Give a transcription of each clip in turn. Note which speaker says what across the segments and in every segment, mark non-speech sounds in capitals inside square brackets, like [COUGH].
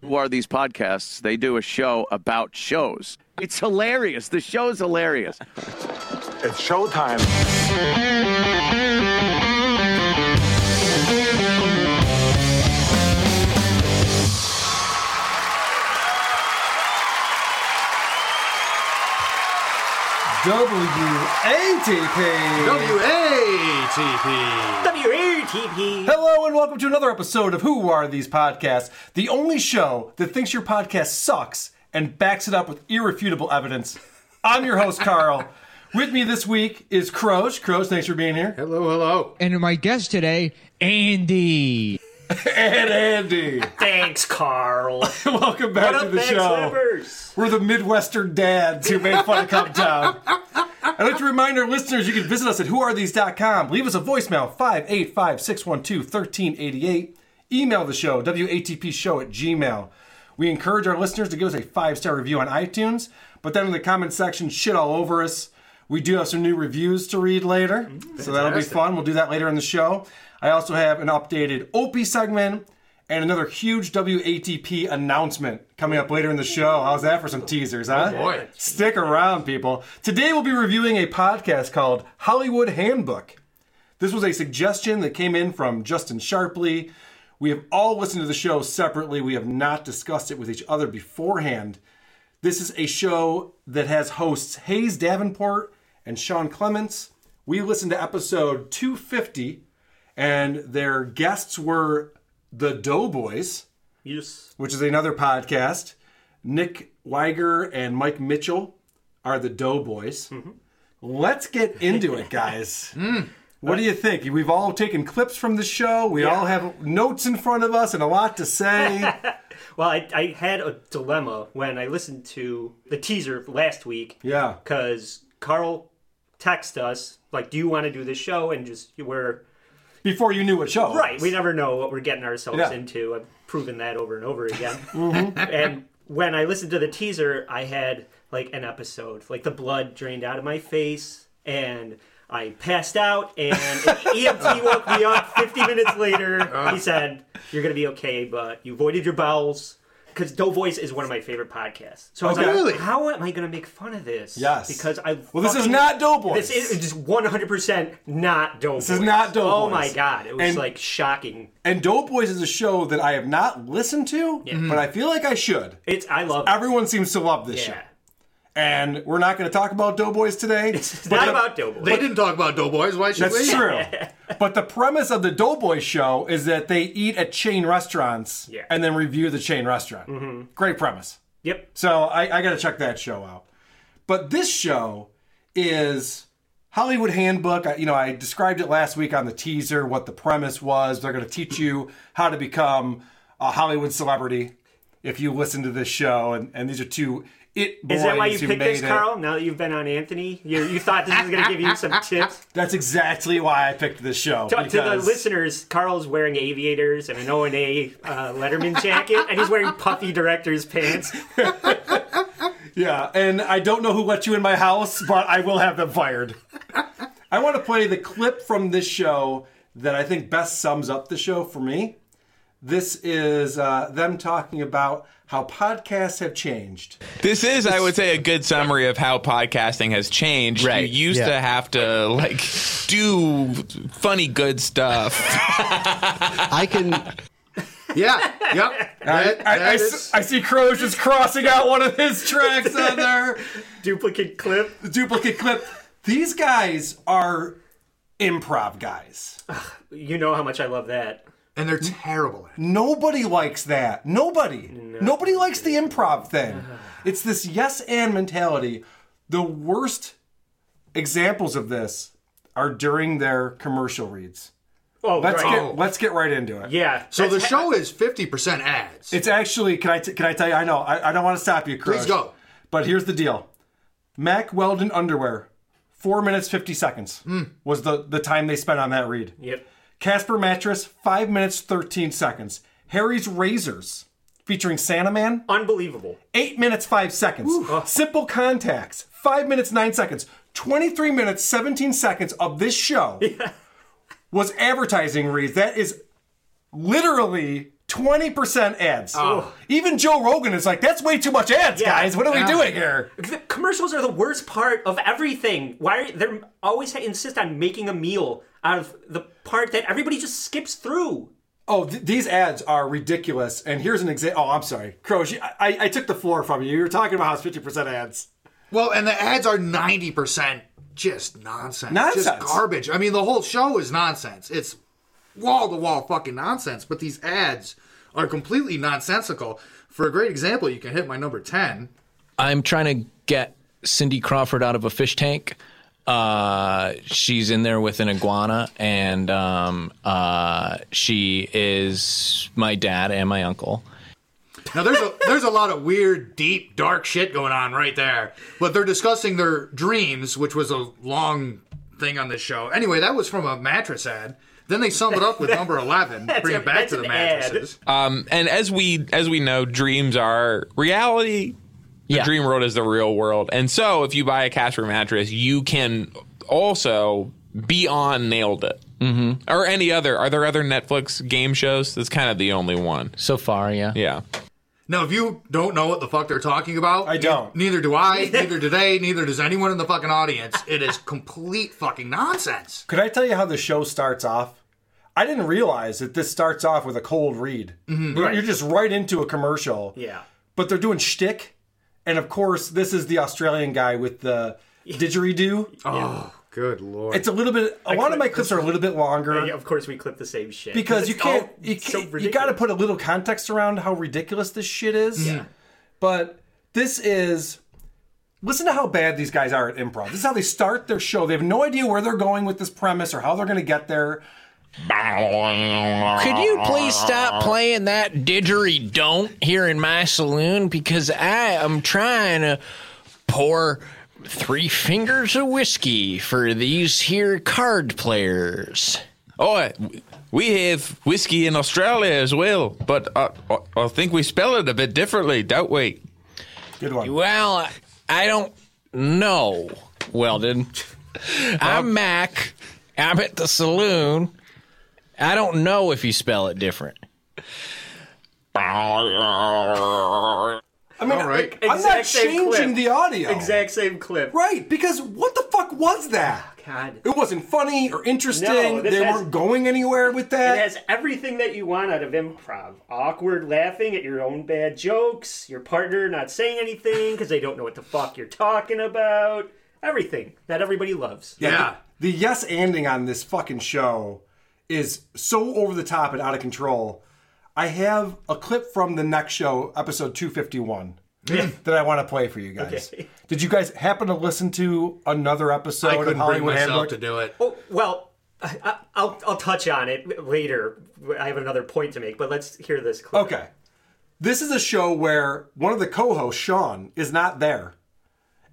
Speaker 1: who are these podcasts, they do a show about shows. It's hilarious. The show's hilarious.
Speaker 2: It's showtime.
Speaker 3: WATP.
Speaker 4: WATP. WATP.
Speaker 3: Hello and welcome to another episode of Who Are These Podcasts, the only show that thinks your podcast sucks and backs it up with irrefutable evidence. I'm your host, Carl. With me this week is Croach. Croach, thanks for being here.
Speaker 4: Hello, hello.
Speaker 5: And my guest today, Andy.
Speaker 3: And Andy.
Speaker 6: Thanks, Carl.
Speaker 3: [LAUGHS] welcome back to the show. We're the Midwestern dads who made fun of Cuptown. I'd like to remind our listeners you can visit us at whoarethes.com. Leave us a voicemail, 585 612 1388. Email the show, WATPshow at gmail. We encourage our listeners to give us a five star review on iTunes, but then in the comment section, shit all over us. We do have some new reviews to read later, so that'll be fun. We'll do that later in the show. I also have an updated Opie segment and another huge WATP announcement coming up later in the show. How's that for some teasers, huh?
Speaker 4: boy.
Speaker 3: Stick around, people. Today we'll be reviewing a podcast called Hollywood Handbook. This was a suggestion that came in from Justin Sharpley. We have all listened to the show separately. We have not discussed it with each other beforehand. This is a show that has hosts Hayes Davenport and Sean Clements. We listened to episode 250, and their guests were the Doughboys,
Speaker 6: Yes.
Speaker 3: which is another podcast. Nick Weiger and Mike Mitchell are the Doughboys. Let's get into it, guys. Hmm. What do you think? We've all taken clips from the show. We all have notes in front of us and a lot to
Speaker 6: [LAUGHS]
Speaker 3: say.
Speaker 6: Well, I, I had a dilemma when I listened to the teaser last week.
Speaker 3: yeah.
Speaker 6: Because Carl texted us, like, do you want to do this show? And just, we're,
Speaker 3: Before you knew what show. it
Speaker 6: right,
Speaker 3: was.
Speaker 6: we never know what we're getting ourselves
Speaker 3: Yeah.
Speaker 6: into. I've proven that over and over again.
Speaker 3: [LAUGHS] Mm-hmm.
Speaker 6: And when I listened to the teaser, I had, like, an episode, like, the blood drained out of my face and. I passed out,
Speaker 3: [LAUGHS]
Speaker 6: and an EMT woke me up 50 minutes
Speaker 3: Uh.
Speaker 6: later. He said, "You're gonna be okay, but you voided your bowels." Because Doughboys is one of my favorite podcasts. So I was
Speaker 3: Okay.
Speaker 6: like,
Speaker 3: Oh, Really?
Speaker 6: "How am I gonna make fun of this?"
Speaker 3: Yes.
Speaker 6: because I.
Speaker 3: Well, this is
Speaker 6: fucking-
Speaker 3: not Doughboys.
Speaker 6: This is it's just 100 percent not Doughboys.
Speaker 3: is not
Speaker 6: Oh
Speaker 3: Doughboys.
Speaker 6: my god, it was
Speaker 3: And-
Speaker 6: like shocking.
Speaker 3: And Doughboys is a show that I have not listened to, but I feel like I should.
Speaker 6: Mm-hmm. It's I love. it.
Speaker 3: Everyone seems to love this show.
Speaker 6: Yeah,
Speaker 3: And we're not going to talk about Doughboys today.
Speaker 6: [LAUGHS] it's
Speaker 3: but
Speaker 6: not
Speaker 3: the-
Speaker 6: about Doughboys.
Speaker 4: They didn't talk about Doughboys. Why should we?
Speaker 3: That's
Speaker 4: [LAUGHS]
Speaker 3: true. but the premise of the Doughboy show is that they eat at chain restaurants
Speaker 6: Yeah. Mm-hmm.
Speaker 3: and then review the chain restaurant. Great premise.
Speaker 6: yep.
Speaker 3: So I, I got to check that show out. But this show is Hollywood Handbook. I, you know, I described it last week on the teaser what the premise was. They're going to teach you how to become a Hollywood celebrity if you listen to this show. And, and these are two it boys
Speaker 6: Is that why you
Speaker 3: who
Speaker 6: picked
Speaker 3: made
Speaker 6: this,
Speaker 3: it.
Speaker 6: Carl? Now that you've been on Anthony, you, you thought this was going to give you
Speaker 3: [LAUGHS]
Speaker 6: some tips.
Speaker 3: That's exactly why I picked this show.
Speaker 6: To, to
Speaker 3: Oh,
Speaker 6: the
Speaker 3: because-
Speaker 6: listeners, Carl's wearing aviators and an O and A uh, Letterman jacket, and he's wearing puffy director's pants.
Speaker 3: Yeah, and I don't know who let you in my house, but I will have them fired. I want to play the clip from this show that I think best sums up the show for me. This is uh, them talking about how podcasts have changed.
Speaker 7: This is, I would say, a good summary of how podcasting has changed.
Speaker 5: Right,
Speaker 7: You used
Speaker 5: yeah.
Speaker 7: to have to like do funny good stuff.
Speaker 8: I can.
Speaker 4: Yeah. Yep. That-
Speaker 3: I,
Speaker 4: that
Speaker 3: I
Speaker 4: is-
Speaker 3: s- I see Crows just crossing out one of his tracks on there.
Speaker 6: Duplicate clip.
Speaker 3: The duplicate clip. These guys are improv guys.
Speaker 6: You know how much I love that.
Speaker 4: and they're terrible at it.
Speaker 3: Nobody likes that. Nobody. Nobody likes the improv thing. It's this yes and mentality. The worst examples of this are during their commercial reads.
Speaker 6: Oh,
Speaker 3: Let's
Speaker 6: right.
Speaker 3: get let's get right into it.
Speaker 6: Yeah.
Speaker 4: So the
Speaker 6: that's-
Speaker 4: show is 50% ads.
Speaker 3: It's actually can I t- can I tell you? I know I, I don't want to stop you, Chris.
Speaker 4: Please go.
Speaker 3: But here's the deal: Mac Weldon underwear, four minutes fifty seconds
Speaker 4: Hmm.
Speaker 3: was the the time they spent on that read.
Speaker 6: Yep.
Speaker 3: Casper mattress, five minutes thirteen seconds. Harry's razors, featuring Santa Man,
Speaker 6: Unbelievable.
Speaker 3: eight minutes five seconds. Simple contacts, five minutes nine seconds. Twenty three minutes seventeen seconds of this show was advertising reads. That is literally. 20% ads. Even Joe Rogan is like, that's way too much ads,
Speaker 6: Oh. Yeah.
Speaker 3: guys. What are we doing here?
Speaker 6: The commercials are the worst part of everything. Why are they always insist on making a meal out of the part that everybody just skips through?
Speaker 3: Oh, th- these ads are ridiculous. And here's an example. Oh, I'm sorry. Croce, I-, I-, I took the floor from you. You were talking about how it's 50% ads.
Speaker 4: Well, and the ads are 90% just nonsense. Just
Speaker 3: Nonsense.
Speaker 4: garbage. I mean, the whole show is nonsense. It's wall to wall fucking nonsense, but these ads are completely nonsensical. For a great example, you can hit my number 10.
Speaker 7: I'm trying to get Cindy Crawford out of a fish tank. Uh, she's in there with an iguana, and um, uh, she is my dad and my uncle.
Speaker 4: Now there's a [LAUGHS] there's a lot of weird, deep, dark shit going on right there. But they're discussing their dreams, which was a long thing on this show. Anyway, that was from a mattress ad. Then they summed it
Speaker 6: [LAUGHS]
Speaker 4: up with number eleven, bring
Speaker 6: a-
Speaker 4: it back
Speaker 6: that's
Speaker 4: to the
Speaker 6: an ad.
Speaker 4: mattresses.
Speaker 9: Um, and as we as we know, dreams are reality. The
Speaker 7: Yeah.
Speaker 9: dream world is the real world, and so if you buy a Casper mattress, you can also be on Nailed It mm-hmm. or any other. Are there other Netflix game shows? That's kind of the only one.
Speaker 7: So far, yeah.
Speaker 9: Yeah,
Speaker 4: Now, if you don't know what the fuck they're talking about,
Speaker 3: I don't.
Speaker 4: ne- Neither
Speaker 3: [LAUGHS]
Speaker 4: do I. neither do they. Neither does anyone in the fucking audience. It is complete fucking nonsense.
Speaker 3: Could I tell you how the show starts off? I didn't realize that this starts off with a cold read. You're, you're just right into a commercial.
Speaker 6: Yeah.
Speaker 3: But they're doing shtick. And of course, this is the Australian guy with the didgeridoo.
Speaker 4: Oh, good lord.
Speaker 3: It's a little bit, a lot of my clips are a little bit longer.
Speaker 6: Yeah, of course, we clip the same shit
Speaker 3: because you
Speaker 6: It's all
Speaker 3: can't you,
Speaker 6: so
Speaker 3: can't- you got to
Speaker 6: ridiculous.
Speaker 3: put a little context around how ridiculous this shit is. Yeah. But this is listen to how bad these guys are at improv. This is how they start their show. They have no idea where they're going with this premise or how they're going to get there.
Speaker 7: Could you please
Speaker 3: [LAUGHS]
Speaker 7: stop playing that didgeridoo don't here in my saloon because I am trying to pour three fingers of whiskey for these here card players.
Speaker 9: Oh, we have whiskey in Australia as well, but I, I, I think we spell it a bit differently, don't we?
Speaker 3: Good one.
Speaker 7: Well, I don't know, Weldon. I'm Mac. I'm at the saloon. I don't know if you spell it different.
Speaker 3: I mean,
Speaker 4: All right.
Speaker 3: I, am not
Speaker 6: Exact same
Speaker 3: changing
Speaker 6: clip.
Speaker 3: the audio.
Speaker 6: exact same clip.
Speaker 3: Right, because what the fuck was that?
Speaker 6: God.
Speaker 3: It wasn't funny or interesting.
Speaker 6: No, this
Speaker 3: they
Speaker 6: has-
Speaker 3: weren't going anywhere with that.
Speaker 6: It has everything that you want out of improv. Awkward laughing at your own bad jokes, your partner not saying anything because they don't know what the fuck you're talking about. Everything that everybody loves.
Speaker 4: yeah.
Speaker 3: the yes ending on this fucking show is so over the top and out of control. I have a clip from the next show, episode 251, that I want to play for you guys.
Speaker 6: Okay.
Speaker 3: Did you guys happen to listen to another episode
Speaker 4: I
Speaker 3: of
Speaker 4: couldn't bring
Speaker 3: Hollywood
Speaker 4: myself
Speaker 3: Handbook?
Speaker 4: to do it.
Speaker 6: Oh, well, I, I- I'll, I'll touch on it later. I have another point to make, but let's hear this clip.
Speaker 3: Okay. This is a show where one of the co hosts, Sean, is not there.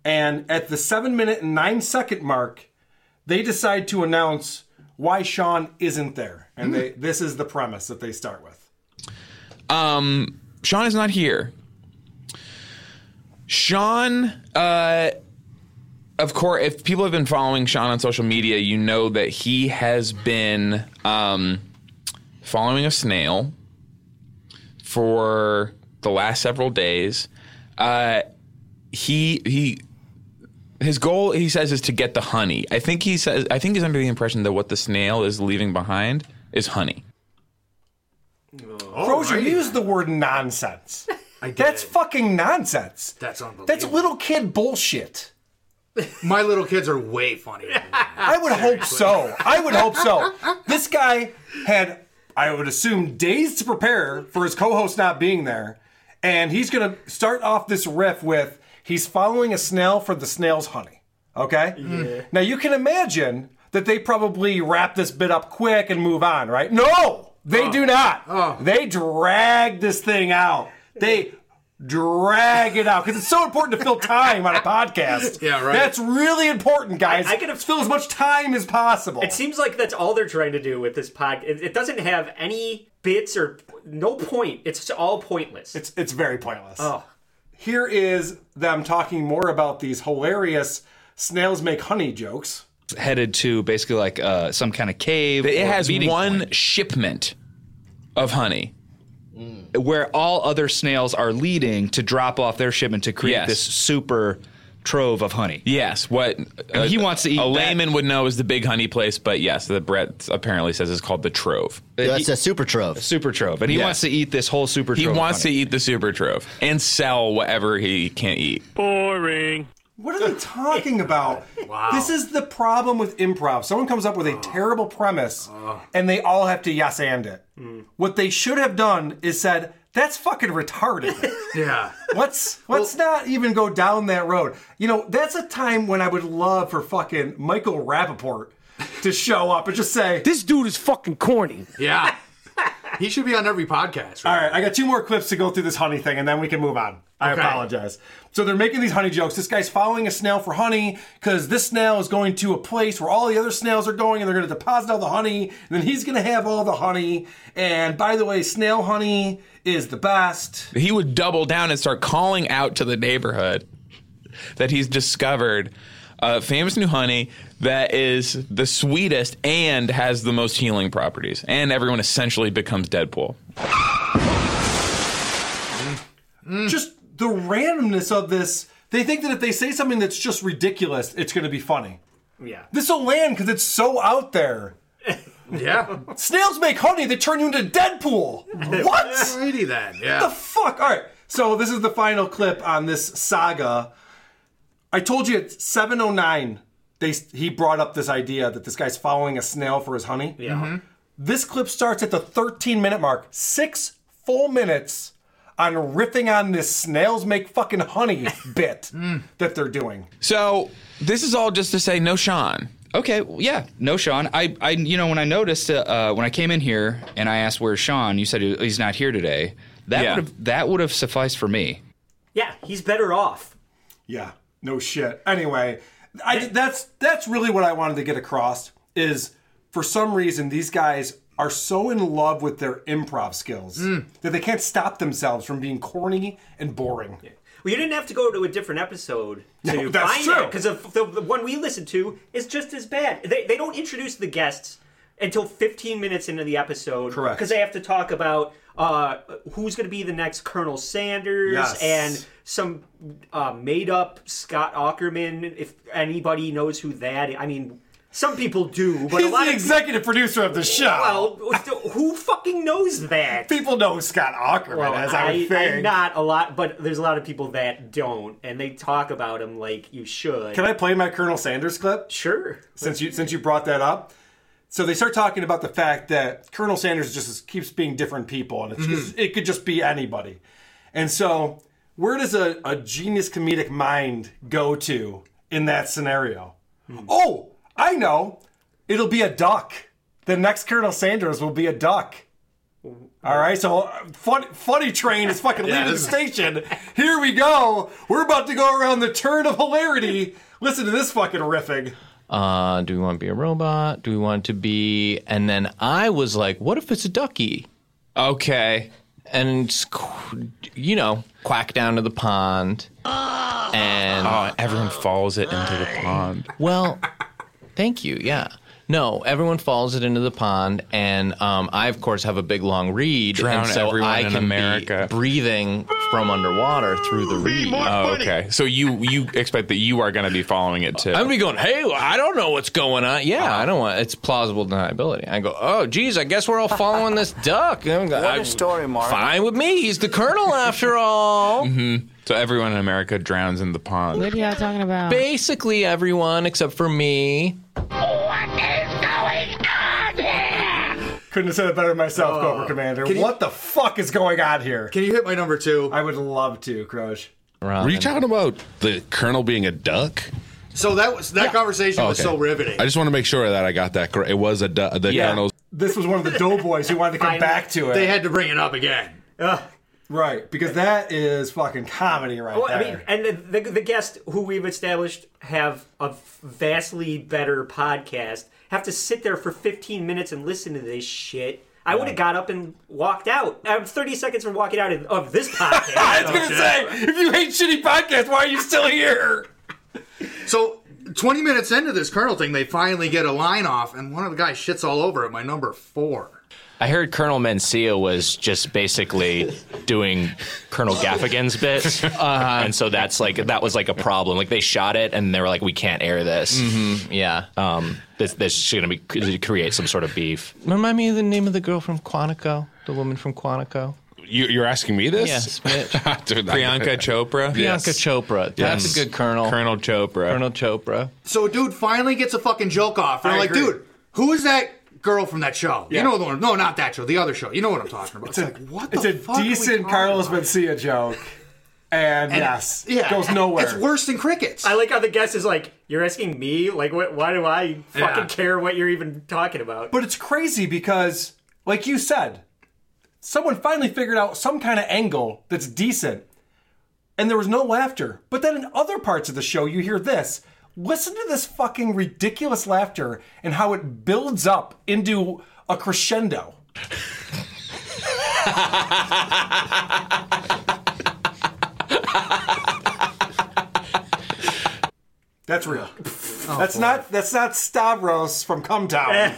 Speaker 3: And at the seven minute and nine second mark, they decide to announce why Sean isn't there.
Speaker 4: Hmm.
Speaker 3: And they, this is the premise that they start with.
Speaker 9: Um, Sean is not here. Sean, uh, of course, if people have been following Sean on social media, you know that he has been um, following a snail for the last several days. Uh, he he. His goal, he says, is to get the honey. I think he says. I think he's under the impression that what the snail is leaving behind is honey.
Speaker 3: Crozier
Speaker 4: Alrighty.
Speaker 3: used the word nonsense.
Speaker 4: I did.
Speaker 3: That's fucking nonsense.
Speaker 4: That's unbelievable.
Speaker 3: That's little kid bullshit.
Speaker 4: My little kids are way funnier. Than that.
Speaker 3: [LAUGHS] I would hope so. I would hope so. This guy had, I would assume, days to prepare for his co host not being there. And he's going to start off this riff with he's following a snail for the snail's honey. Okay? Now you can imagine that they probably wrap this bit up quick and move on, right? No, they
Speaker 4: Oh.
Speaker 3: do not. They drag this thing out. They drag it out because it's so important to
Speaker 6: [LAUGHS]
Speaker 3: fill time on a
Speaker 4: [LAUGHS]
Speaker 3: podcast.
Speaker 6: Yeah, right.
Speaker 3: That's really important, guys.
Speaker 6: I- I could have-
Speaker 3: fill as much time as possible.
Speaker 6: It seems like that's all they're trying to do with this podcast. It, it doesn't have any bits or no point. It's just all pointless.
Speaker 3: It's it's very pointless.
Speaker 6: Oh.
Speaker 3: Here is them talking more about these hilarious snails make honey jokes.
Speaker 10: headed to basically like uh, some kind of cave.
Speaker 9: It
Speaker 10: or
Speaker 9: has
Speaker 10: meeting
Speaker 9: one
Speaker 10: point
Speaker 9: shipment of honey.
Speaker 10: where all other snails are leading to drop off their shipment to create
Speaker 9: Yes.
Speaker 10: this super trove of honey.
Speaker 9: Yes, what uh,
Speaker 10: And he wants to eat
Speaker 9: A
Speaker 10: that.
Speaker 9: layman would know is the big honey place, but yes, the Brett apparently says it's called the Trove.
Speaker 10: That's
Speaker 9: a super trove.
Speaker 10: Super trove, and he wants to eat this whole super.
Speaker 9: He
Speaker 10: trove of
Speaker 9: wants to
Speaker 10: honey.
Speaker 9: eat the super trove and sell whatever he can't eat.
Speaker 3: Boring. What are they talking
Speaker 6: [LAUGHS]
Speaker 3: about? wow. This is the problem with improv. Someone comes up with
Speaker 6: Oh.
Speaker 3: a terrible premise
Speaker 4: Oh.
Speaker 3: and they all have to yes and it. What they should have done is said, that's fucking retarded.
Speaker 6: [LAUGHS]
Speaker 4: Yeah.
Speaker 3: let's let's not even go down that road. You know, that's a time when I would love for fucking Michael Rappaport to show up and just say, This dude is fucking corny.
Speaker 4: Yeah. he should be on every podcast.
Speaker 3: All right, I got two more clips to go through this honey thing, and then we can move on. I
Speaker 4: Okay.
Speaker 3: apologize. So they're making these honey jokes. This guy's following a snail for honey because this snail is going to a place where all the other snails are going, and they're going to deposit all the honey, and then he's going to have all the honey. And by the way, snail honey is the best.
Speaker 9: He would double down and start calling out to the neighborhood that he's discovered uh, famous new honey that is the sweetest and has the most healing properties. And everyone essentially becomes Deadpool.
Speaker 4: Mm.
Speaker 3: Just the randomness of this. They think that if they say something that's just ridiculous, it's going to be funny.
Speaker 6: Yeah.
Speaker 3: This will land because it's so out there.
Speaker 4: [LAUGHS] Yeah.
Speaker 6: [LAUGHS]
Speaker 3: Snails make honey that turn you into
Speaker 4: [LAUGHS]
Speaker 3: Deadpool. What?
Speaker 4: Alrighty then. Yeah.
Speaker 3: What the fuck? All right. So this is the final clip on this saga. I told you at 709 they he brought up this idea that this guy's following a snail for his honey.
Speaker 6: Yeah. Mhm.
Speaker 3: This clip starts at the 13 minute mark. 6 full minutes on riffing on this snails make fucking honey [LAUGHS] bit that they're doing.
Speaker 9: So this is all just to say no Sean.
Speaker 10: Okay, well, yeah, no Sean. I, I, you know, when I noticed uh, uh, when I came in here and I asked where's Sean, you said he- he's not here today. That
Speaker 6: Yeah.
Speaker 10: would have that would have sufficed for me.
Speaker 6: Yeah, he's better off.
Speaker 3: Yeah, no shit. Anyway, I, that's that's really what I wanted to get across is for some reason these guys are so in love with their improv skills
Speaker 6: Mm.
Speaker 3: that they can't stop themselves from being corny and boring.
Speaker 6: Well, you didn't have to go to a different episode to
Speaker 3: No, that's
Speaker 6: find
Speaker 3: true.
Speaker 6: because the, the one we listened to is just as bad. They, they don't introduce the guests until 15 minutes into the episode.
Speaker 3: Correct.
Speaker 6: Because they have to talk about uh, who's going to be the next Colonel Sanders
Speaker 3: Yes.
Speaker 6: and some uh, made up Scott Ackerman, if anybody knows who that is. I mean, some people do, but
Speaker 3: He's
Speaker 6: a lot
Speaker 3: the
Speaker 6: of
Speaker 3: executive producer of the show.
Speaker 6: Well, who fucking knows that?
Speaker 3: People know who Scott Ackerman as I would
Speaker 6: I,
Speaker 3: think.
Speaker 6: not a lot, but there's a lot of people that don't, and they talk about him like you should.
Speaker 3: Can I play my Colonel Sanders clip?
Speaker 6: Sure.
Speaker 3: Since you since you brought that up. So they start talking about the fact that Colonel Sanders just is- keeps being different people, and
Speaker 6: Mm-hmm.
Speaker 3: it's just, it could just be anybody. And so, where does a, a genius comedic mind go to in that scenario? Oh, I know. It'll be a duck. The next Colonel Sanders will be a duck. All right, so uh, fun, funny train is fucking
Speaker 4: Yeah,
Speaker 3: leaving the
Speaker 4: this is-
Speaker 3: station. Here we go. We're about to go around the turn of hilarity. Listen to this fucking riffing.
Speaker 11: Uh, do we want to be a robot? Do we want to be? And then I was like, what if it's a ducky? Okay. And, it's qu- you know, quack down to the pond. And
Speaker 9: Oh, everyone follows it into the pond.
Speaker 11: Well, thank you. Yeah. No, everyone falls it into the pond, and um, I, of course, have a big long reed,
Speaker 9: Drown
Speaker 11: and so
Speaker 9: everyone
Speaker 11: I
Speaker 9: in
Speaker 11: can
Speaker 9: America.
Speaker 11: be breathing from underwater through the reed.
Speaker 9: Oh, okay. So you you expect that you are going to be following it too? Uh-huh.
Speaker 11: I'm gonna be going, hey, I don't know what's going on. Yeah, I don't want. It's plausible deniability. I go, oh, geez, I guess we're all following this
Speaker 9: [LAUGHS]
Speaker 11: duck. I'm go- I-
Speaker 9: story, Mark.
Speaker 11: Fine with me. He's the colonel
Speaker 9: [LAUGHS]
Speaker 11: after
Speaker 10: Oh.
Speaker 11: all.
Speaker 9: hmm So everyone in America drowns in the pond.
Speaker 11: are y'all talking about? Basically, everyone except for me.
Speaker 3: Couldn't have said it better myself, Cobra Commander.
Speaker 4: Oh. can you-
Speaker 3: what the fuck is going on here?
Speaker 4: Can you hit my number two?
Speaker 3: I would love to, Crush.
Speaker 12: Were you talking about the colonel being a duck? Oh,
Speaker 4: So that was that conversation was so riveting.
Speaker 12: I just want to make sure that I got that correct. It was a du- the
Speaker 4: Yeah.
Speaker 12: Colonel's.
Speaker 3: This was one of the doughboys who wanted to come back to it.
Speaker 4: They had to bring it up again.
Speaker 3: Right, because that is fucking comedy right
Speaker 6: Well,
Speaker 3: there.
Speaker 6: I mean, and the, the, the guests who we've established have a vastly better podcast have to sit there for 15 minutes and listen to this shit. I would have got up and walked out. I'm 30 seconds from walking out of,
Speaker 3: [LAUGHS]
Speaker 6: of this podcast. I was
Speaker 3: gonna say, if you hate shitty podcasts, why are you still here?
Speaker 4: So 20 minutes into this Colonel thing, they finally get a line off, and one of the guys shits all over it. My number four.
Speaker 13: I heard Colonel Mencia was just basically doing Colonel Gaffigan's bits, and so that's like that was like a problem. Like they shot it, and they were like, "We can't air this."
Speaker 11: Mhm,
Speaker 13: Yeah, um, this this is going to be create some sort of beef.
Speaker 11: Remind me of the name of the girl from Quantico, the woman from Quantico.
Speaker 12: You, you're asking me this? [LAUGHS]
Speaker 11: Yes,
Speaker 12: Dude, I-
Speaker 9: Priyanka Chopra.
Speaker 11: Priyanka Chopra. That's a good colonel.
Speaker 9: Colonel Chopra.
Speaker 11: Colonel Chopra.
Speaker 4: So dude finally gets a fucking joke off, and
Speaker 11: I
Speaker 4: I'm like,
Speaker 11: agree.
Speaker 4: dude, who is that girl from that show?
Speaker 3: Yeah.
Speaker 4: You know the one? No, not that show. The other show. You know what I'm talking about? It's, like what?
Speaker 3: it's
Speaker 4: the
Speaker 3: a
Speaker 4: fuck are we
Speaker 3: decent Carlos Mencia joke, and,
Speaker 4: And
Speaker 3: yes,
Speaker 4: it's- yeah.
Speaker 3: goes nowhere.
Speaker 4: It's worse than crickets.
Speaker 6: I like how the guest is like, "You're asking me? Like, what, why do I fucking
Speaker 3: Yeah.
Speaker 6: care what you're even talking about?"
Speaker 3: But it's crazy because, like you said, someone finally figured out some kind of angle that's decent, and there was no laughter. But then in other parts of the show, you hear this. Listen to this fucking ridiculous laughter and how it builds up into a crescendo. That's real. that's not that's not Stavros from Cumtown.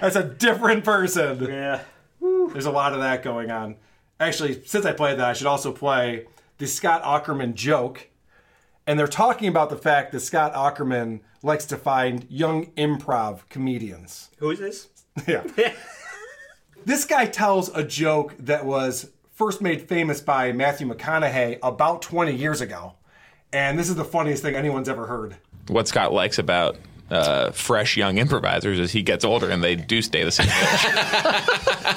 Speaker 3: that's a different person.
Speaker 6: Yeah.
Speaker 3: There's a lot of that going on. Actually, since I played that, I should also play the Scott Ackerman joke. And they're talking about the fact that Scott Ackerman likes to find young improv comedians. [LAUGHS]
Speaker 6: Who is this?
Speaker 3: Yeah. this guy tells a joke that was first made famous by Matthew McConaughey about 20 years ago. And this is the funniest thing anyone's ever heard.
Speaker 9: What Scott likes about uh, fresh young improvisers is he gets older and they do stay the same age.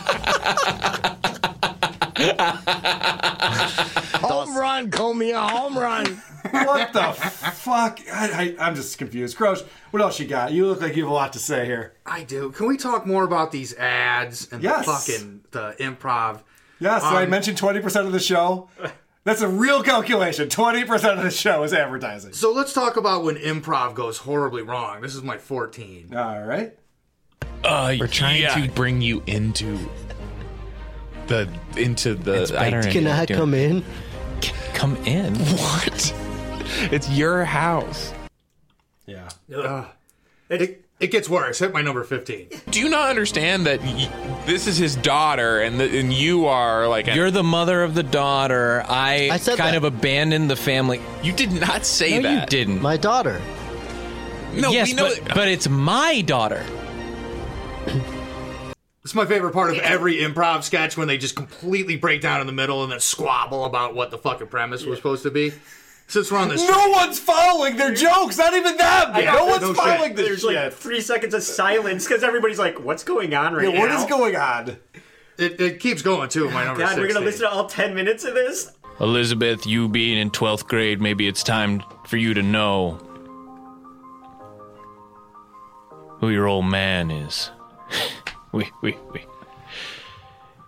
Speaker 14: home run, Comey, a home run.
Speaker 3: what the fuck? I, I, I'm just confused. Crouch, what else you got? You look like you have a lot to say here.
Speaker 4: I do. Can we talk more about these ads and
Speaker 3: Yes.
Speaker 4: the fucking the improv?
Speaker 3: Yes, I
Speaker 4: Um,
Speaker 3: mentioned 20% of the show. That's a real calculation. 20% of the show is advertising.
Speaker 4: So let's talk about when improv goes horribly wrong. This is my 14.
Speaker 3: All right.
Speaker 9: Uh, We're trying
Speaker 4: yeah.
Speaker 9: to bring you into the into the.
Speaker 8: Can I come in?
Speaker 9: Come in. What? It's your house.
Speaker 3: Yeah.
Speaker 4: it, it gets worse. Hit my number 15.
Speaker 9: Do you not understand that y- this is his daughter and th and you are like a,
Speaker 11: You're the mother of the daughter. I,
Speaker 9: I said
Speaker 11: kind of
Speaker 9: that.
Speaker 11: abandoned the family.
Speaker 9: You did not say
Speaker 11: no, You
Speaker 9: that.
Speaker 11: didn't. My daughter.
Speaker 9: No,
Speaker 11: yes,
Speaker 9: we know
Speaker 11: but, but it's my daughter.
Speaker 4: It's my favorite part of every improv sketch when they just completely break down in the middle and then squabble about what the fucking premise was supposed to be. Since we're on this,
Speaker 3: No one's following their jokes, not even them.
Speaker 4: Yeah,
Speaker 3: no one's
Speaker 4: no shit.
Speaker 3: following this
Speaker 6: There's
Speaker 3: shit.
Speaker 6: like three seconds of silence because everybody's like, "What's going on right
Speaker 4: Yeah,
Speaker 6: now?"
Speaker 4: what is
Speaker 3: going on?
Speaker 4: It, it keeps going too. My number.
Speaker 6: God, we're gonna
Speaker 4: 16.
Speaker 6: listen to all ten minutes of this.
Speaker 13: Elizabeth, you being in 12th grade, maybe it's time for you to know who your old man is. [LAUGHS] we, we, we.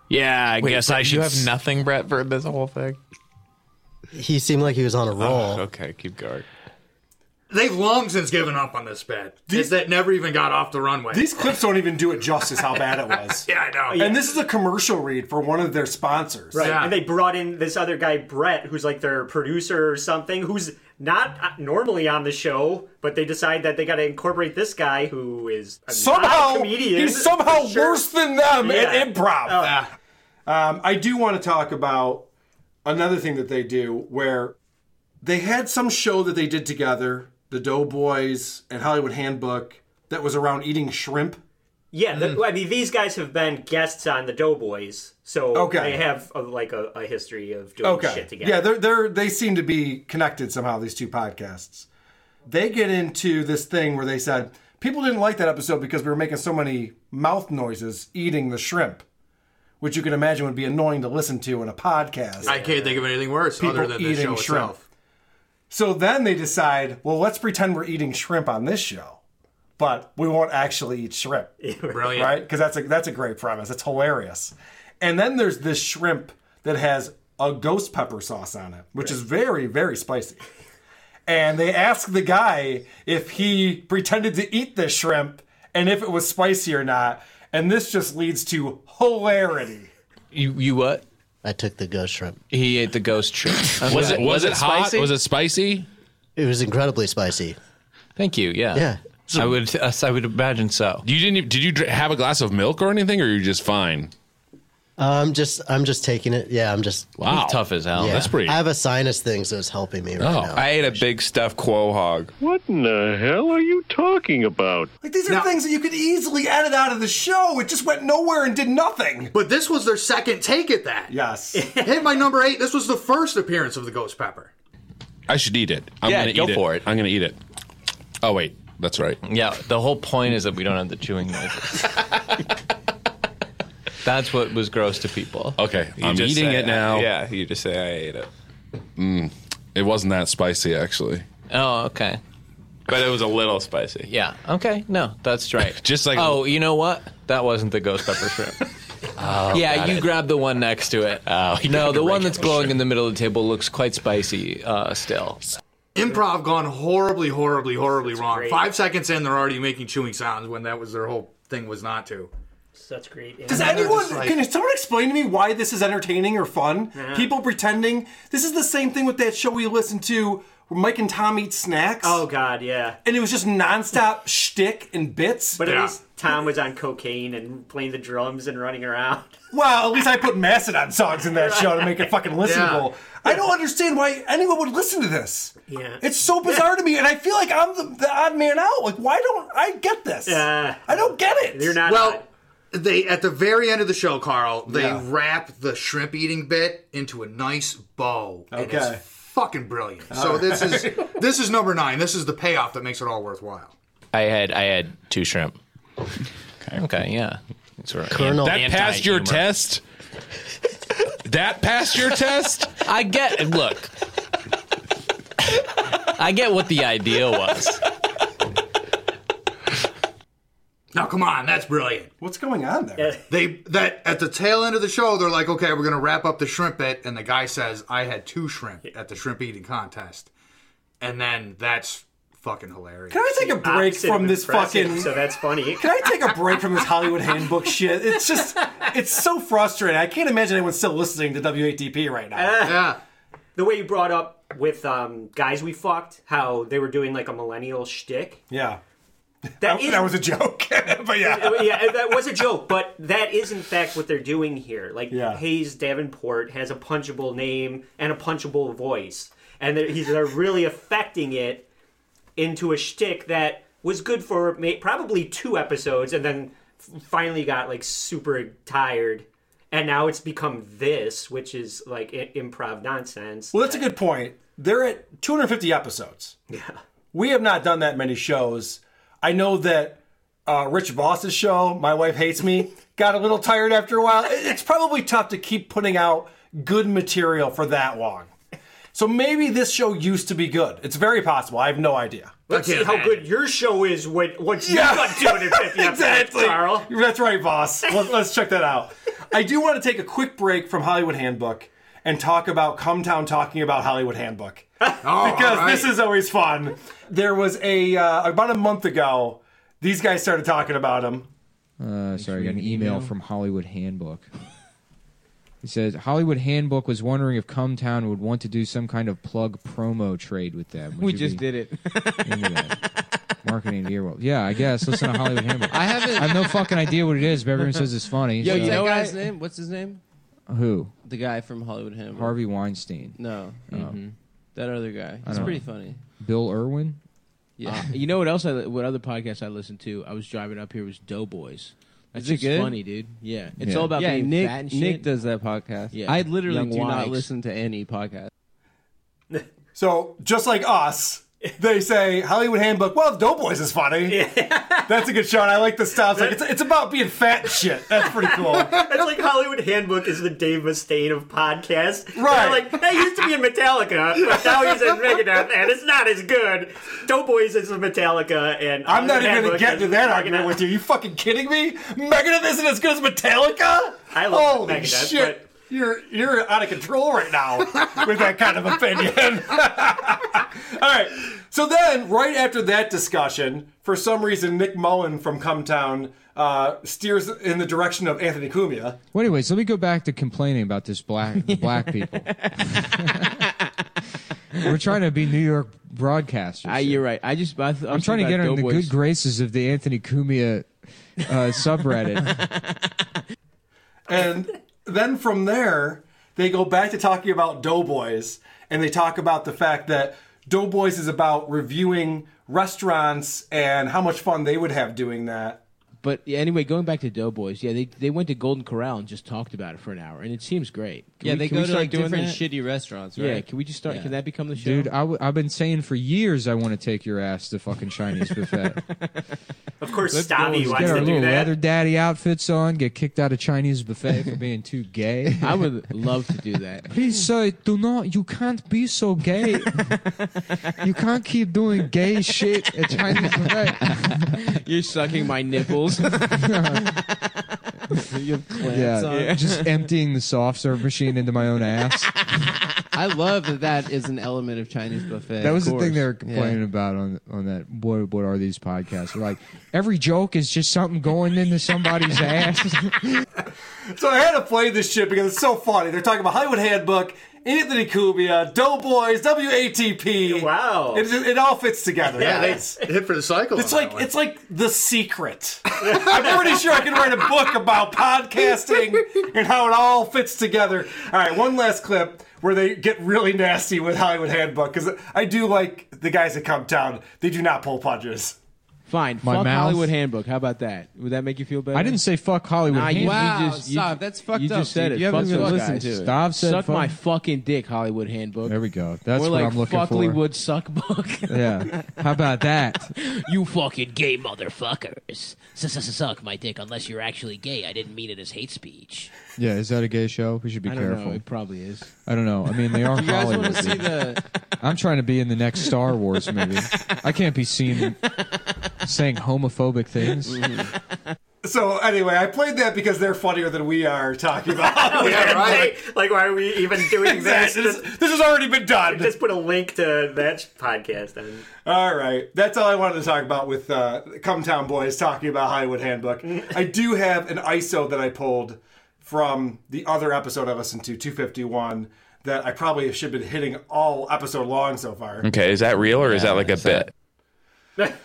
Speaker 13: Yeah, I guess I should.
Speaker 9: You have nothing, Brett, for this whole thing.
Speaker 8: He seemed like he was on a roll.
Speaker 9: Ah, okay, keep going.
Speaker 4: [LAUGHS] They've long since given up on this bit. These, that never even got off the runway.
Speaker 3: These
Speaker 4: [LAUGHS]
Speaker 3: clips don't even do it justice how bad it was.
Speaker 4: yeah, I know.
Speaker 3: And this is a commercial read for one of their sponsors.
Speaker 6: Right. And they brought in this other guy, Brett, who's like their producer or something, who's not uh, normally on the show, but they decide that they got to incorporate this guy who is a
Speaker 3: somehow
Speaker 6: not a comedian.
Speaker 3: he's somehow
Speaker 6: for sure.
Speaker 3: worse than them
Speaker 6: Yeah.
Speaker 3: at improv.
Speaker 6: Oh.
Speaker 3: Um, I do want to talk about another thing that they do where they had some show that they did together, the Doughboys and Hollywood Handbook, that was around eating shrimp.
Speaker 6: Yeah, the, I mean these guys have been guests on the Doughboys, so
Speaker 3: Okay.
Speaker 6: they have a, like a, a history of doing shit together.
Speaker 3: Yeah, they're they're they seem to be connected somehow. These two podcasts. They get into this thing where they said people didn't like that episode because we were making so many mouth noises eating the shrimp, which you can imagine would be annoying to listen to in a podcast.
Speaker 4: I can't think of anything worse
Speaker 3: People
Speaker 4: other than this
Speaker 3: eating
Speaker 4: show
Speaker 3: shrimp.
Speaker 4: itself.
Speaker 3: So then they decide, well, let's pretend we're eating shrimp on this show, but we won't actually eat shrimp.
Speaker 4: Brilliant.
Speaker 3: Right? Because that's a that's a great premise. It's hilarious. And then there's this shrimp that has a ghost pepper sauce on it, which is very, very spicy. And they ask the guy if he pretended to eat this shrimp and if it was spicy or not. And this just leads to hilarity.
Speaker 11: You you what?
Speaker 8: I took the ghost shrimp.
Speaker 11: He ate the ghost shrimp.
Speaker 12: Was it was, it, hot? Was it spicy?
Speaker 8: It was incredibly spicy.
Speaker 11: Thank you. Yeah.
Speaker 8: Yeah.
Speaker 11: I would uh, I would imagine so.
Speaker 12: You didn't? even- Did you dr- have a glass of milk or anything, or you are just fine?
Speaker 8: I'm just I'm just taking it. Yeah, I'm just
Speaker 12: Wow. Tough as hell. That's pretty- Oh.
Speaker 8: I have a sinus thing, so it's helping me right now.
Speaker 10: I ate a big stuffed quo hog.
Speaker 15: What in the hell are you talking about?
Speaker 3: Like these are things that you could easily edit out of the show. It just went nowhere and did nothing.
Speaker 4: But this was their second take at that.
Speaker 3: Yes.
Speaker 4: [LAUGHS] Hit my number eight. This was the first appearance of the Ghost Pepper.
Speaker 12: I should eat it. I'm
Speaker 11: Yeah,
Speaker 12: gonna
Speaker 11: go
Speaker 12: eat
Speaker 11: for
Speaker 12: it. I'm gonna eat it. Oh wait, that's right.
Speaker 11: Yeah. The whole point is that we don't have the
Speaker 12: [LAUGHS]
Speaker 11: chewing noises. That's what was gross to people.
Speaker 12: Okay,
Speaker 11: You
Speaker 12: I'm
Speaker 11: just
Speaker 12: eating
Speaker 11: say,
Speaker 12: it now.
Speaker 11: yeah, you just say I ate it.
Speaker 12: Mm, it wasn't that spicy actually.
Speaker 11: Oh, okay.
Speaker 10: But it was a little spicy.
Speaker 11: Yeah. Okay. No, that's right.
Speaker 12: [LAUGHS] Just like-
Speaker 11: oh, you know what? That wasn't the ghost pepper shrimp.
Speaker 12: [LAUGHS]
Speaker 13: Oh,
Speaker 11: yeah,
Speaker 13: got
Speaker 11: you
Speaker 13: it.
Speaker 11: grabbed the one next to it. Oh, no, the one that's glowing in the middle of the table looks quite spicy uh, still.
Speaker 4: Improv gone horribly, horribly, horribly wrong. Five seconds in, they're already making chewing sounds when that was their whole thing was not to.
Speaker 6: Such great.
Speaker 3: Does
Speaker 4: And they're
Speaker 3: anyone?
Speaker 4: just like-
Speaker 3: can someone explain to me why this is entertaining or fun?
Speaker 4: Yeah.
Speaker 3: People pretending this is the same thing with that show we listened to where Mike and Tom eat snacks. Oh
Speaker 6: God, yeah.
Speaker 3: And it was just nonstop [LAUGHS] shtick and bits.
Speaker 6: But at least Tom was on cocaine and playing the drums and running around. [LAUGHS]
Speaker 3: Well, at least I put Mastodon songs in that show to make it fucking listenable. I don't understand why anyone would listen to this.
Speaker 6: Yeah.
Speaker 3: It's so bizarre to me, and I feel like I'm the, the odd man out. Like, why don't I get this? I don't get it. You're
Speaker 6: not.
Speaker 4: Well, they at the very end of the show, Carl, they
Speaker 3: Yeah.
Speaker 4: wrap the shrimp eating bit into a nice bow. And
Speaker 3: Okay.
Speaker 4: it's [LAUGHS] fucking brilliant. so
Speaker 3: All [LAUGHS]
Speaker 4: this is
Speaker 3: right.
Speaker 4: this is number nine. This is the payoff that makes it all worthwhile.
Speaker 13: I had I had two shrimp. Okay,
Speaker 11: yeah.
Speaker 13: Colonel
Speaker 12: that passed your
Speaker 13: anti-humor.
Speaker 11: [LAUGHS]
Speaker 12: test. that passed your test.
Speaker 11: I get. Look, I get what the idea was.
Speaker 4: Now come on, that's brilliant.
Speaker 3: What's going on there?
Speaker 4: They that at the tail end of the show, they're like, okay, we're gonna wrap up the shrimp bit, and the guy says, I had two shrimp at the shrimp eating contest. And then that's fucking hilarious.
Speaker 3: Can I take a break
Speaker 4: opposite
Speaker 3: from
Speaker 4: of
Speaker 3: this
Speaker 4: impressive,
Speaker 3: fucking?
Speaker 4: so
Speaker 6: that's funny.
Speaker 3: [LAUGHS] Can I take a break from this Hollywood Handbook shit? It's just, it's so frustrating. I can't imagine anyone's still listening to WATP right now.
Speaker 4: yeah.
Speaker 6: Uh, The way you brought up with um, guys we fucked, how they were doing like a millennial shtick.
Speaker 3: Yeah,
Speaker 6: That, is,
Speaker 3: that was a joke, [LAUGHS] but yeah,
Speaker 6: yeah, that was a joke. But that is in fact what they're doing here. Like
Speaker 3: Yeah.
Speaker 6: Hayes Davenport has a punchable name and a punchable voice, and they're, he's, they're really affecting it into a shtick that was good for ma- probably two episodes, and then f- finally got like super tired. And now it's become this, which is like I- improv nonsense.
Speaker 3: Well, that's a good point. They're at 250 episodes. Yeah. We have not done that many shows. I know that uh, Rich Voss's show, My Wife Hates Me, got a little tired after a while. It- It's probably tough to keep putting out good material for that long. So maybe this show used to be good. It's very possible. I have no idea.
Speaker 6: Let's see how good your show is when once you've
Speaker 3: Yeah. [LAUGHS]
Speaker 6: got 250 episodes,
Speaker 3: exactly.
Speaker 6: Carl.
Speaker 3: That's right, boss. Let, us check that out. I do want to take a quick break from Hollywood Handbook and talk about Come Town talking about Hollywood Handbook because this is always fun. There was a uh, about a month ago. These guys started talking about him.
Speaker 16: Uh, sorry, I got
Speaker 17: an
Speaker 16: an email
Speaker 17: email.
Speaker 16: from Hollywood Handbook. It says Hollywood Handbook was wondering if Cumtown would want to do some kind of plug promo trade with them.
Speaker 17: [LAUGHS]
Speaker 16: Would
Speaker 17: We
Speaker 16: you
Speaker 17: just
Speaker 16: be
Speaker 17: did it.
Speaker 16: into that? [LAUGHS] Marketing the world. Yeah, I guess. Listen to
Speaker 17: [LAUGHS]
Speaker 16: Hollywood Handbook. I haven't. I have no fucking idea what it is, but everyone says it's funny.
Speaker 17: Yo,
Speaker 16: so-
Speaker 17: you know that guy's name? What's his name?
Speaker 16: Who?
Speaker 17: The guy from Hollywood Handbook.
Speaker 16: Harvey Weinstein.
Speaker 17: No.
Speaker 16: Oh.
Speaker 17: Mhm. That other guy.
Speaker 16: I
Speaker 17: It's
Speaker 16: don't-
Speaker 17: pretty funny.
Speaker 16: Bill Irwin. Uh,
Speaker 17: Yeah. you know what else? I, what other podcasts I listened to? I was driving up here was Doughboys. That's
Speaker 16: Is it good?
Speaker 17: funny, dude. Yeah, it's
Speaker 16: Yeah.
Speaker 17: all about
Speaker 16: Yeah,
Speaker 17: being
Speaker 16: Nick-
Speaker 17: fat and shit.
Speaker 16: Nick
Speaker 17: does that podcast. Yeah,
Speaker 16: I literally
Speaker 17: Young
Speaker 16: do not
Speaker 17: Wags.
Speaker 16: listen
Speaker 17: to any podcast.
Speaker 3: So just like us, they say Hollywood Handbook. Well, Doughboys is funny. That's a good show, and I like the stops. Like it's, it's about being fat and shit. That's pretty cool.
Speaker 6: [LAUGHS] That's like Hollywood Handbook is the Dave Mustaine of podcasts.
Speaker 3: Right.
Speaker 6: They're like, he used to be in Metallica, but now he's in Megadeth, and it's not as good. Doughboys is with Metallica, and
Speaker 3: I'm not even going
Speaker 6: Hollywood
Speaker 3: to
Speaker 6: Handbook
Speaker 3: get
Speaker 6: is
Speaker 3: to that
Speaker 6: Megadeth.
Speaker 3: argument with you. You fucking kidding me? Megadeth isn't as good as Metallica. I love Holy
Speaker 6: Megadeth,
Speaker 3: shit. You're you're out of control right [LAUGHS] now with that kind of opinion. [LAUGHS] All right. So then, right after that discussion, for some reason, Nick Mullen from Cumtown uh, steers in the direction of Anthony Cumia.
Speaker 16: Well, anyways, let me go back to complaining about this black the black people. We're trying to be New York broadcasters.
Speaker 17: I, you're right. I just I th-
Speaker 16: I'm trying to get in the good graces of the Anthony Cumia uh, [LAUGHS] subreddit.
Speaker 3: And [LAUGHS] then from there, they go back to talking about Doughboys, and they talk about the fact that Doughboys is about reviewing restaurants and how much fun they would have doing that.
Speaker 17: But yeah, anyway, going back to Doughboys, yeah, they they went to Golden Corral and just talked about it for an hour, and it seems great. Can
Speaker 18: yeah,
Speaker 17: we-
Speaker 18: they
Speaker 17: can
Speaker 18: go
Speaker 17: we
Speaker 18: to
Speaker 17: start
Speaker 18: like
Speaker 17: doing
Speaker 18: different
Speaker 17: that?
Speaker 18: shitty restaurants, right?
Speaker 17: Yeah, can we just start? Can that become the show?
Speaker 16: Dude, I w- I've been saying for years I want to take your ass to fucking [LAUGHS] Chinese buffet.
Speaker 6: Of course,
Speaker 17: Let's
Speaker 6: Stabby
Speaker 17: go.
Speaker 16: get
Speaker 6: wants
Speaker 16: our
Speaker 6: to do
Speaker 16: little
Speaker 6: that.
Speaker 16: leather daddy outfits on, get kicked out of Chinese buffet
Speaker 17: [LAUGHS]
Speaker 16: [LAUGHS] for being too gay.
Speaker 17: I would love to do
Speaker 16: [LAUGHS]
Speaker 17: that.
Speaker 16: Please, sir, do not. You can't be so gay. [LAUGHS] you can't keep doing gay shit at Chinese buffet.
Speaker 17: [LAUGHS] You're sucking my
Speaker 16: [LAUGHS]
Speaker 17: nipples. you have clamps
Speaker 16: yeah,
Speaker 17: on. [LAUGHS]
Speaker 16: just emptying the soft serve machine into my own ass.
Speaker 18: I love that that is an element of Chinese buffet.
Speaker 16: that
Speaker 18: of
Speaker 16: was the thing
Speaker 18: course.
Speaker 16: they were
Speaker 18: Yeah.
Speaker 16: complaining about on on that. What what are these podcasts? They're like every joke is just something going
Speaker 17: [LAUGHS]
Speaker 16: into somebody's ass.
Speaker 3: [LAUGHS] So I had to play this shit because it's so funny. They're talking about Hollywood Handbook, Anthony Cubia, Doughboys, WATP. Wow, it, it all fits together.
Speaker 4: Yeah, they
Speaker 3: it's
Speaker 4: hit for the cycle.
Speaker 3: it's
Speaker 4: on
Speaker 3: like it's like the secret. I'm pretty sure I can write a book about podcasting and how it all fits together. All right, one last clip where they get really nasty with Hollywood Handbook because I do like the guys that come down. They do not pull punches.
Speaker 17: Fine.
Speaker 3: My
Speaker 17: fuck
Speaker 3: mouth?
Speaker 17: Hollywood Handbook. How about that? Would that make you feel better?
Speaker 16: I didn't say fuck Hollywood.
Speaker 17: Nah, you,
Speaker 16: Handbook.
Speaker 17: you just, you,
Speaker 18: stop. That's fucked
Speaker 17: you
Speaker 18: up,
Speaker 17: just said
Speaker 18: dude.
Speaker 17: it.
Speaker 18: You haven't
Speaker 17: Fuck
Speaker 18: even
Speaker 17: those
Speaker 18: listened
Speaker 17: guys.
Speaker 18: to it.
Speaker 16: Stop said
Speaker 17: Suck
Speaker 16: fuck.
Speaker 17: my fucking dick, Hollywood Handbook.
Speaker 16: There we go. That's
Speaker 17: More
Speaker 16: what
Speaker 17: like
Speaker 16: I'm looking for.
Speaker 17: Fucklywood suck book. [LAUGHS]
Speaker 16: Yeah. How about that?
Speaker 19: You fucking gay motherfuckers. Suck my dick unless you're actually gay. I didn't mean it as hate speech.
Speaker 16: Yeah, is that a gay show? We should be
Speaker 17: I don't know.
Speaker 16: careful.
Speaker 17: It probably is.
Speaker 16: I don't know. I mean, they are
Speaker 17: Do [LAUGHS] you guys wanna
Speaker 16: Hollywood.
Speaker 17: see the-
Speaker 16: I'm trying to be in the next Star Wars movie. I can't be seen saying homophobic things.
Speaker 3: [LAUGHS] So anyway, I played that because they're funnier than we are talking about. Hollywood
Speaker 6: Oh, yeah,
Speaker 3: Handbook.
Speaker 6: [LAUGHS] right. Like, why are we
Speaker 3: [LAUGHS]
Speaker 6: even doing
Speaker 3: Exactly.
Speaker 6: this?
Speaker 3: This, has already been done.
Speaker 6: Just put a link to that podcast. on
Speaker 3: All right, that's all I wanted to talk about with uh, Come Town Boys talking about Hollywood Handbook. I do have an ISO that I pulled from the other episode I listened to, 251, that I probably should have been hitting all episode long so far.
Speaker 9: Okay, is that real or is that like a bit?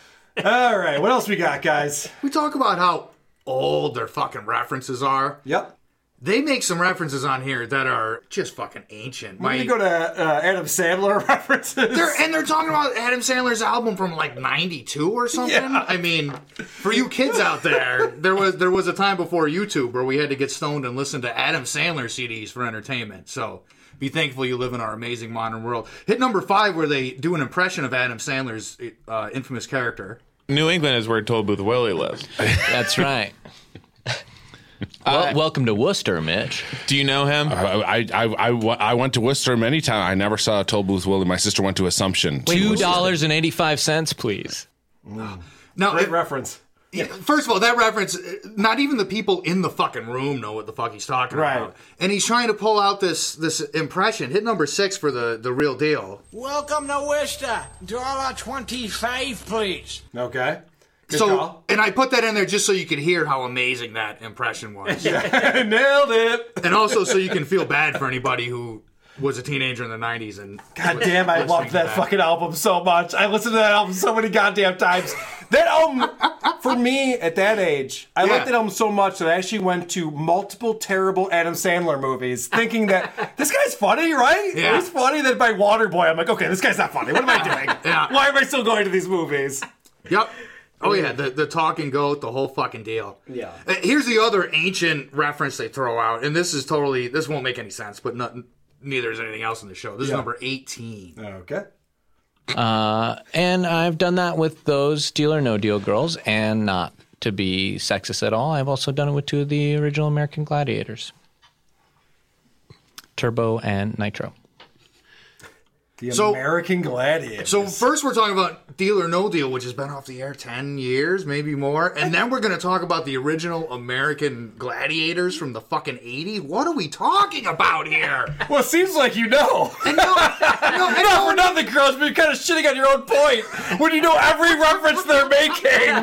Speaker 3: all right, what else we got, guys?
Speaker 4: We talk about how old their fucking references are.
Speaker 3: Yep.
Speaker 4: They make some references on here that are just fucking ancient.
Speaker 3: We're
Speaker 4: My-
Speaker 3: gonna go to uh, Adam Sandler [LAUGHS] references.
Speaker 4: they're, and they're talking about Adam Sandler's album from like '92 or something. I mean, for you kids out there, there was there was a time before YouTube where we had to get stoned and listen to Adam Sandler CDs for entertainment. So be thankful you live in our amazing modern world. Hit number five where they do an impression of Adam Sandler's uh, infamous character.
Speaker 9: New England is where Toll Booth Willie lives.
Speaker 13: That's [LAUGHS] right.
Speaker 9: Well,
Speaker 13: welcome to Worcester, Mitch.
Speaker 9: Do you know him?
Speaker 12: Uh, I, I, I, I, wa- I went to Worcester many times. I never saw a toll booth Willie. My sister went to Assumption.
Speaker 9: [LAUGHS]
Speaker 13: Two dollars and eighty-five cents, please.
Speaker 4: Now,
Speaker 3: Great reference.
Speaker 4: Yeah, first of all, that reference, uh, not even the people in the fucking room know what the fuck he's talking about. And he's trying to pull out this this impression. Hit number six for the, the real deal.
Speaker 14: Welcome to Worcester. Dollar twenty-five, please.
Speaker 3: Okay. Good
Speaker 4: so,
Speaker 3: call.
Speaker 4: and I put that in there just so you can hear how amazing that
Speaker 3: [LAUGHS]
Speaker 4: impression
Speaker 3: [LAUGHS]
Speaker 4: was.
Speaker 3: Nailed it.
Speaker 4: [LAUGHS] And also so you can feel bad for anybody who was a teenager in the 90s and.
Speaker 3: God
Speaker 4: was
Speaker 3: damn, I
Speaker 4: listening
Speaker 3: love
Speaker 4: to
Speaker 3: that fucking album so much. I listened to that album so many goddamn times. That album, for me at that age, I
Speaker 4: Yeah.
Speaker 3: liked that album so much that I actually went to multiple terrible Adam Sandler movies thinking that this guy's funny, right?
Speaker 4: Yeah.
Speaker 3: He's funny. Then by Waterboy, I'm like, okay, this guy's not funny. What am I doing?
Speaker 4: [LAUGHS] Yeah.
Speaker 3: Why am I still going to these movies?
Speaker 4: Yep. Oh, yeah, the, the talking goat, the whole fucking deal.
Speaker 3: Yeah.
Speaker 4: Uh, Here's the other ancient reference they throw out, and this is totally this won't make any sense, but not, neither is anything else in the show. This
Speaker 3: Yeah.
Speaker 4: is number eighteen.
Speaker 3: Okay.
Speaker 11: Uh, and I've done that with those deal or no deal girls, and not to be sexist at all. I've also done it with two of the original American Gladiators Turbo and Nitro.
Speaker 3: The American Gladiator.
Speaker 4: So first we're talking about Deal or No Deal, which has been off the air ten years, maybe more, and then we're going to talk about the original American Gladiators from the fucking eighties. What are we talking about here?
Speaker 3: [LAUGHS] Well, it seems like you know. [LAUGHS] Not for nothing, girls, but you're kind of shitting on your own point when you know every reference they're making.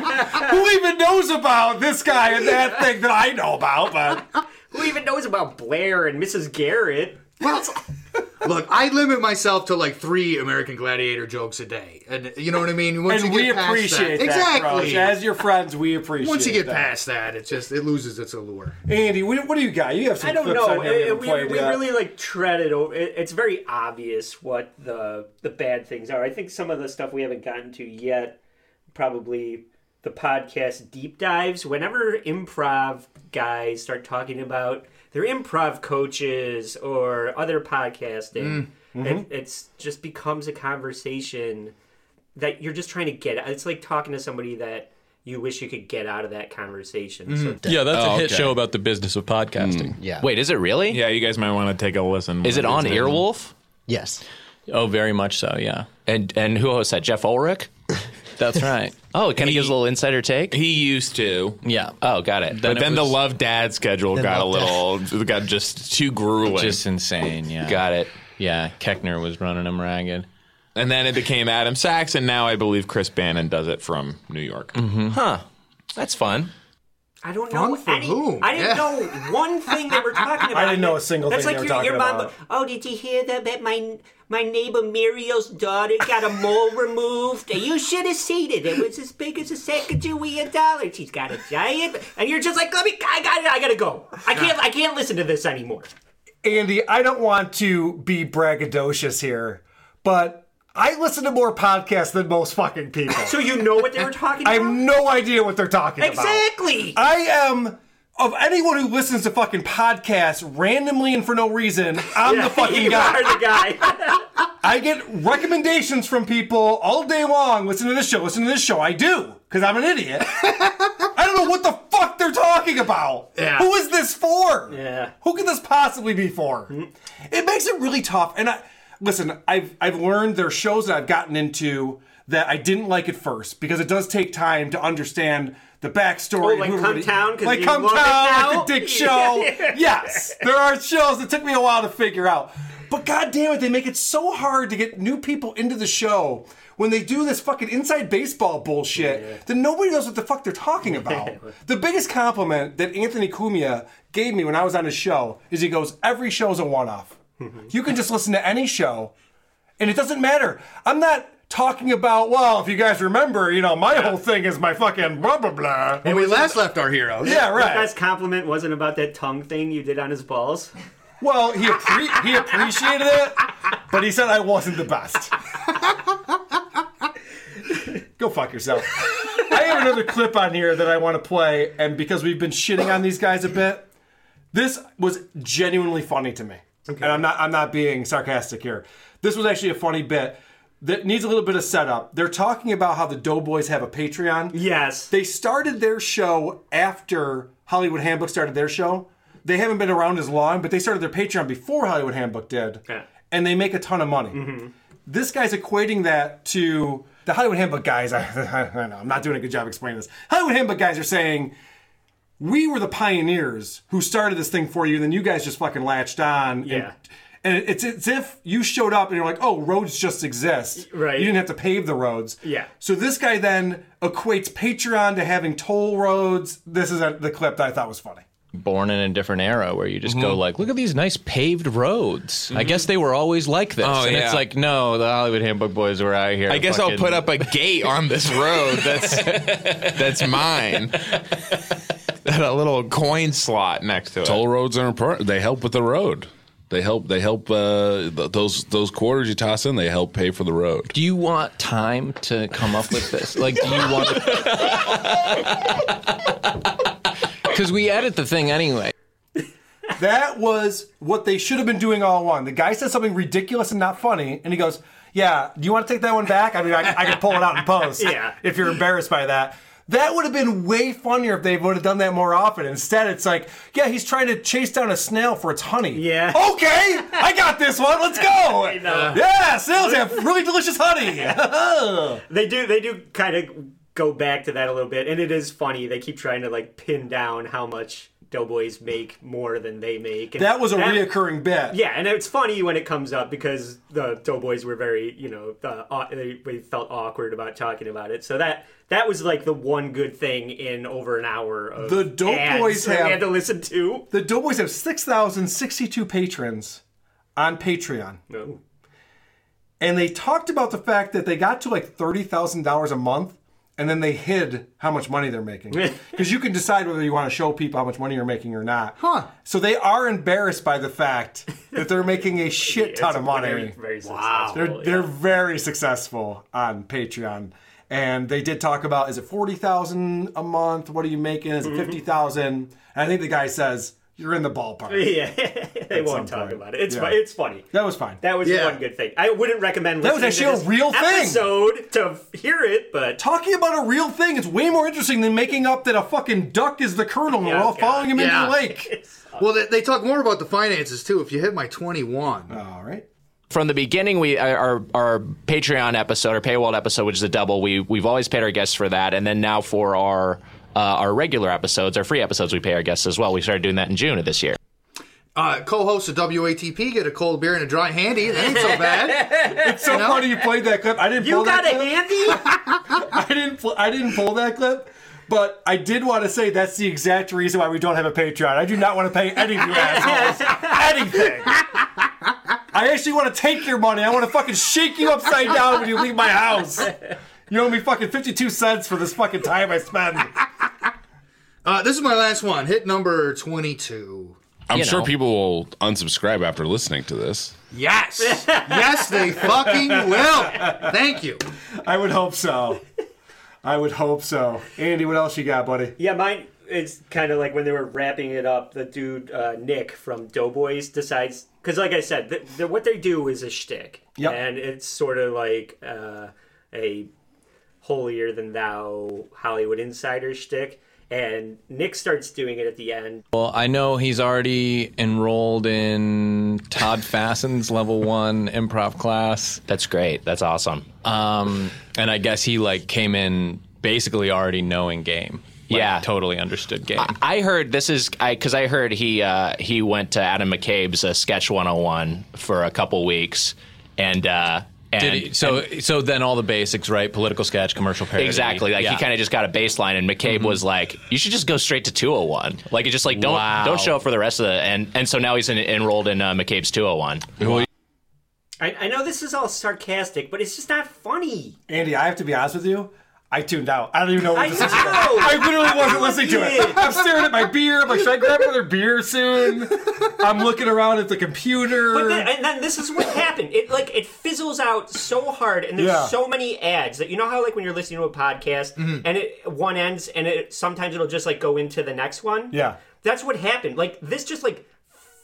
Speaker 3: Who even knows about Oh, this guy and that thing that I know about? But
Speaker 6: [LAUGHS] who even knows about Blair and Mrs. Garrett?
Speaker 4: Well, look, [LAUGHS] I limit myself to like three American Gladiator jokes a day, and you know what I mean.
Speaker 3: and
Speaker 4: you
Speaker 3: we
Speaker 4: get past
Speaker 3: appreciate that,
Speaker 4: exactly.
Speaker 3: Crouch. As your friends, we appreciate.
Speaker 4: Once you get
Speaker 3: that.
Speaker 4: past that, it just it loses its allure.
Speaker 3: Andy, what, what do you got? You have some
Speaker 6: I don't
Speaker 3: clips
Speaker 6: know.
Speaker 3: on here
Speaker 6: It-
Speaker 3: we
Speaker 6: it-
Speaker 3: haven't played
Speaker 6: we we
Speaker 3: yet.
Speaker 6: really like treaded over. It, it's very obvious what the the bad things are. I think some of the stuff we haven't gotten to yet, probably the podcast deep dives. Whenever improv guys start talking about their improv coaches or other podcasting,
Speaker 3: mm-hmm.
Speaker 20: Mm. Mhm.
Speaker 6: it, it's just becomes a conversation that you're just trying to get. It's like talking to somebody that you wish you could get out of that conversation.
Speaker 3: Mm-hmm.
Speaker 6: So
Speaker 13: Yeah, that's a
Speaker 9: Oh,
Speaker 13: hit
Speaker 9: okay. Mm,
Speaker 13: show about the business of podcasting.
Speaker 8: Yeah.
Speaker 13: Wait, is it really? Yeah, you guys might want to take a listen. Is it on Earwolf?
Speaker 8: Yes.
Speaker 13: Oh, very much so. Yeah. And and who hosts that? Jeff
Speaker 11: [LAUGHS]
Speaker 13: Ulrich. That's right. oh, it kind of gives a little insider take. He used to. Yeah. Oh, got it.
Speaker 9: Then it then the was-
Speaker 13: Love Dad schedule
Speaker 9: Then got a
Speaker 13: [LAUGHS]
Speaker 9: Love Dad.
Speaker 13: got just too grueling.
Speaker 9: Just
Speaker 13: insane.
Speaker 9: yeah.
Speaker 13: Got it. Yeah. Keckner was running him ragged. And then it became Adam Sachs, and now I believe Chris Bannon does it from New York. Huh. That's fun.
Speaker 6: I don't
Speaker 4: Fun
Speaker 6: know
Speaker 4: for
Speaker 6: any.
Speaker 4: whom?
Speaker 6: I didn't
Speaker 4: Yeah.
Speaker 6: know one thing they were talking
Speaker 3: [LAUGHS]
Speaker 6: about.
Speaker 3: I didn't know a single
Speaker 6: That's
Speaker 3: thing
Speaker 6: like
Speaker 3: they were
Speaker 6: your, your
Speaker 3: talking
Speaker 6: mom.
Speaker 3: about.
Speaker 6: Oh, did you hear that? That my my neighbor Muriel's daughter got a
Speaker 3: [LAUGHS]
Speaker 6: mole removed. You should have seen it. It was as big as a Sacagawea dollar. She's got a giant, and you're just like, let me. I got it. I gotta go. I can't. I can't listen to this anymore.
Speaker 3: Andy, I don't want to be braggadocious here, but I listen to more podcasts than most fucking people.
Speaker 6: [LAUGHS] So you know what they
Speaker 3: [LAUGHS]
Speaker 6: were talking
Speaker 3: I
Speaker 6: about.
Speaker 3: have no idea what they're talking about.
Speaker 6: Exactly.
Speaker 3: I am of anyone who listens to fucking podcasts randomly and for no reason, I'm the fucking
Speaker 6: [LAUGHS] you
Speaker 3: guy.
Speaker 6: are the
Speaker 3: [LAUGHS]
Speaker 6: guy.
Speaker 3: I get recommendations from people all day long. Listen to this show, listen to this show. I do, because I'm an
Speaker 6: [LAUGHS]
Speaker 3: idiot. I don't know what the fuck they're talking about.
Speaker 4: Yeah.
Speaker 3: Who is this for?
Speaker 6: Yeah. Mm.
Speaker 3: Who could this possibly be for? It makes it really tough. And I listen, I've I've learned there are shows that I've gotten into that I didn't like at first because it does take time to understand the backstory.
Speaker 6: Oh, like
Speaker 3: who
Speaker 6: Come
Speaker 3: everybody-
Speaker 6: Town, 'cause
Speaker 3: Like
Speaker 6: you
Speaker 3: Come
Speaker 6: love it
Speaker 3: Town,
Speaker 6: now?
Speaker 3: like the Dick Show.
Speaker 6: [LAUGHS] Yeah.
Speaker 3: yes, there are shows that took me a while to figure out. But god damn it, they make it so hard to get new people into the show when they do this fucking inside baseball bullshit that nobody knows what the fuck they're talking about. the biggest compliment that Anthony Cumia gave me when I was on his show is he goes, Every show's a one off. You can just listen to any show and it doesn't matter. I'm not talking about, well, if you guys remember, you know, my whole thing is my fucking blah, blah, blah.
Speaker 4: And we last left our heroes.
Speaker 3: Yeah, right.
Speaker 6: His best compliment wasn't about that tongue thing you did on his balls.
Speaker 3: Well, he appre- he appreciated it, but he said I wasn't the best. Go fuck yourself. I have another clip on here that I want to play, and because we've been shitting on these guys a bit, this was genuinely funny to me. And I'm not I'm not being sarcastic here. This was actually a funny bit that needs a little bit of setup. They're talking about how the Doughboys have a Patreon.
Speaker 6: Yes.
Speaker 3: They started their show after Hollywood Handbook started their show. They haven't been around as long, but they started their Patreon before Hollywood Handbook did. And they make a ton of money.
Speaker 6: Mm-hmm.
Speaker 3: This guy's equating that to the Hollywood Handbook guys. I, [LAUGHS] I know, I'm not doing a good job explaining this. Hollywood Handbook guys are saying, we were the pioneers who started this thing for you, and then you guys just fucking latched on. and-
Speaker 6: Yeah.
Speaker 3: And, it's, it's if you showed up and you're like, oh, roads just exist.
Speaker 6: Right.
Speaker 3: You didn't have to pave the roads.
Speaker 6: Yeah.
Speaker 3: So this guy then equates Patreon to having toll roads. This is a, the clip that I thought was funny.
Speaker 11: born in a different era where you just go
Speaker 13: Mm-hmm.
Speaker 3: Mhm.
Speaker 11: like, look at these nice paved roads. I guess they were always like this.
Speaker 9: Mm-hmm. Oh,
Speaker 11: and
Speaker 9: yeah.
Speaker 11: it's like, no, the Hollywood Handbook boys were out here.
Speaker 9: I guess I'll
Speaker 11: fucking-
Speaker 9: put up a gate on this
Speaker 13: [LAUGHS]
Speaker 9: road that's that's mine. And a little coin slot next to it.
Speaker 12: Toll roads are important. They help with the road. They help. They help. Uh, th- those those quarters you toss in, they help pay for the road.
Speaker 11: Do you want time to come up with this? Like, do you [LAUGHS] want? Because we edit the thing anyway.
Speaker 3: That was what they should have been doing all along. The guy said something ridiculous and not funny, and he goes, "Yeah, do you want to take that one back? I mean, I, I can pull it out in post.
Speaker 6: [LAUGHS] Yeah.
Speaker 3: if you're embarrassed by that." That would have been way funnier if they would have done that more often. Instead, it's like, yeah, he's trying to chase down a snail for its honey. Yeah. Okay, I got this one. Let's go.
Speaker 6: I know.
Speaker 3: Yeah, snails have
Speaker 6: [LAUGHS]
Speaker 3: really delicious honey. [LAUGHS]
Speaker 6: they do they do kind of go back to that a little bit and it is funny they keep trying to like pin down how much doughboys make more than they make and
Speaker 3: That was a reoccurring bit.
Speaker 6: yeah and it's funny when it comes up because the doughboys were very you know uh, au- they, they felt awkward about talking about it so that that was like the one good thing in over an hour of
Speaker 3: The Doughboys
Speaker 6: ads that we
Speaker 3: have-
Speaker 6: had to listen to
Speaker 3: The Doughboys have 6,062 patrons on Patreon.
Speaker 6: [LAUGHS] No.
Speaker 3: And they talked about the fact that they got to like $30,000 a month and then they hid how much money they're making. [LAUGHS] Because you can decide whether you want to show people how much money you're making or not. Huh. So they are embarrassed by the
Speaker 6: [LAUGHS]
Speaker 3: fact that they're making a shit ton of money.
Speaker 6: very, very wow
Speaker 3: They're they're very successful on Patreon, and they did talk about is it forty thousand a month? What are you making? Is it
Speaker 6: Mhm.
Speaker 3: fifty thousand? And I think the guy says you're in the ballpark.
Speaker 6: [LAUGHS] yeah they
Speaker 3: At some
Speaker 6: won't talk
Speaker 3: point.
Speaker 6: about it it's
Speaker 3: Yeah.
Speaker 6: fu- it's funny
Speaker 3: That was fine.
Speaker 6: That was
Speaker 3: Yeah.
Speaker 6: one good thing. I wouldn't recommend
Speaker 3: That was
Speaker 6: listening
Speaker 3: actually
Speaker 6: to
Speaker 3: a real
Speaker 6: this
Speaker 3: thing.
Speaker 6: episode to hear it, but
Speaker 3: Talking about a real thing, it's way more interesting than making up that a fucking duck is the colonel and we're all following him into the lake.
Speaker 4: [LAUGHS] well, they, they talk more about the finances too. If you hit my twenty-one,
Speaker 3: all right.
Speaker 13: From the beginning, we our our Patreon episode, our paywalled episode, which is a double. We we've always paid our guests for that, and then now for our uh, our regular episodes, our free episodes, we pay our guests as well. We started doing that in June of this year.
Speaker 4: Uh, co-hosts of WATP get a cold beer and a dry handy. That ain't so bad.
Speaker 3: it's so
Speaker 4: You know?
Speaker 3: funny you played that clip. I didn't.
Speaker 4: [LAUGHS] You
Speaker 3: pull
Speaker 4: got
Speaker 3: that
Speaker 4: a
Speaker 3: clip. [LAUGHS] I didn't. Pl- I didn't pull that clip. But I did want to say that's the exact reason why we don't have a Patreon. I do not want to pay any
Speaker 6: [LAUGHS]
Speaker 3: of you assholes anything. I actually want to take your money. I want to fucking shake you upside down when you leave my house. You owe me fucking fifty-two cents for this fucking time I spend.
Speaker 4: [LAUGHS] Uh, this is my last one. Hit number twenty-two.
Speaker 12: [LAUGHS] I'm
Speaker 4: You
Speaker 12: sure
Speaker 4: know.
Speaker 12: people will unsubscribe after listening to this.
Speaker 4: Yes,
Speaker 3: [LAUGHS]
Speaker 4: yes, they fucking will. Thank you.
Speaker 3: I would hope so. I would hope so. Andy, what else you got, buddy?
Speaker 6: Yeah, mine is kind of like when they were wrapping it up. The dude uh, Nick from Doughboys decides because, like I said, th- th- what they do is a shtick,
Speaker 19: Yep.
Speaker 6: and it's sort of like uh, a holier than thou Hollywood insider shtick. And Nick starts doing it at the end,
Speaker 11: Well, I know he's already enrolled in Todd Fasson's level one improv class.
Speaker 13: That's great. That's awesome.
Speaker 11: Um, and I guess he like came in basically already knowing game. Like,
Speaker 13: Yeah.
Speaker 11: totally understood game.
Speaker 13: I heard this is because I, heard he uh, he went to Adam McCabe's uh, Sketch 101 for a couple weeks, and uh, and
Speaker 11: Did he, so so then all the basics, right? Political sketch, commercial parody.
Speaker 13: Exactly. Like he
Speaker 11: Yeah. Mm-hmm.
Speaker 13: kind of just got a baseline, and McCabe was like, "You should just go straight to 201. Like, it's just like don't
Speaker 11: Wow.
Speaker 13: don't show up for the rest of the." And and so now he's in, enrolled in uh, McCabe's 201.
Speaker 6: I, I know this is all sarcastic, but it's just not funny.
Speaker 3: Andy, I have to be honest with you. I tuned out. I don't even know what
Speaker 6: I
Speaker 3: this is.
Speaker 6: know!
Speaker 3: I literally wasn't
Speaker 6: You
Speaker 3: listening to it.
Speaker 6: did.
Speaker 3: I'm staring at my beer. I'm like, should I grab another beer soon? I'm looking around at the computer.
Speaker 6: But then, and then this is what happened. It like it fizzles out so hard, and there's
Speaker 3: Yeah.
Speaker 6: so many ads that you know how like when you're listening to a podcast
Speaker 3: Mhm.
Speaker 6: and it one ends, and it sometimes it'll just like go into the next one.
Speaker 3: yeah.
Speaker 6: That's what happened. Like this just like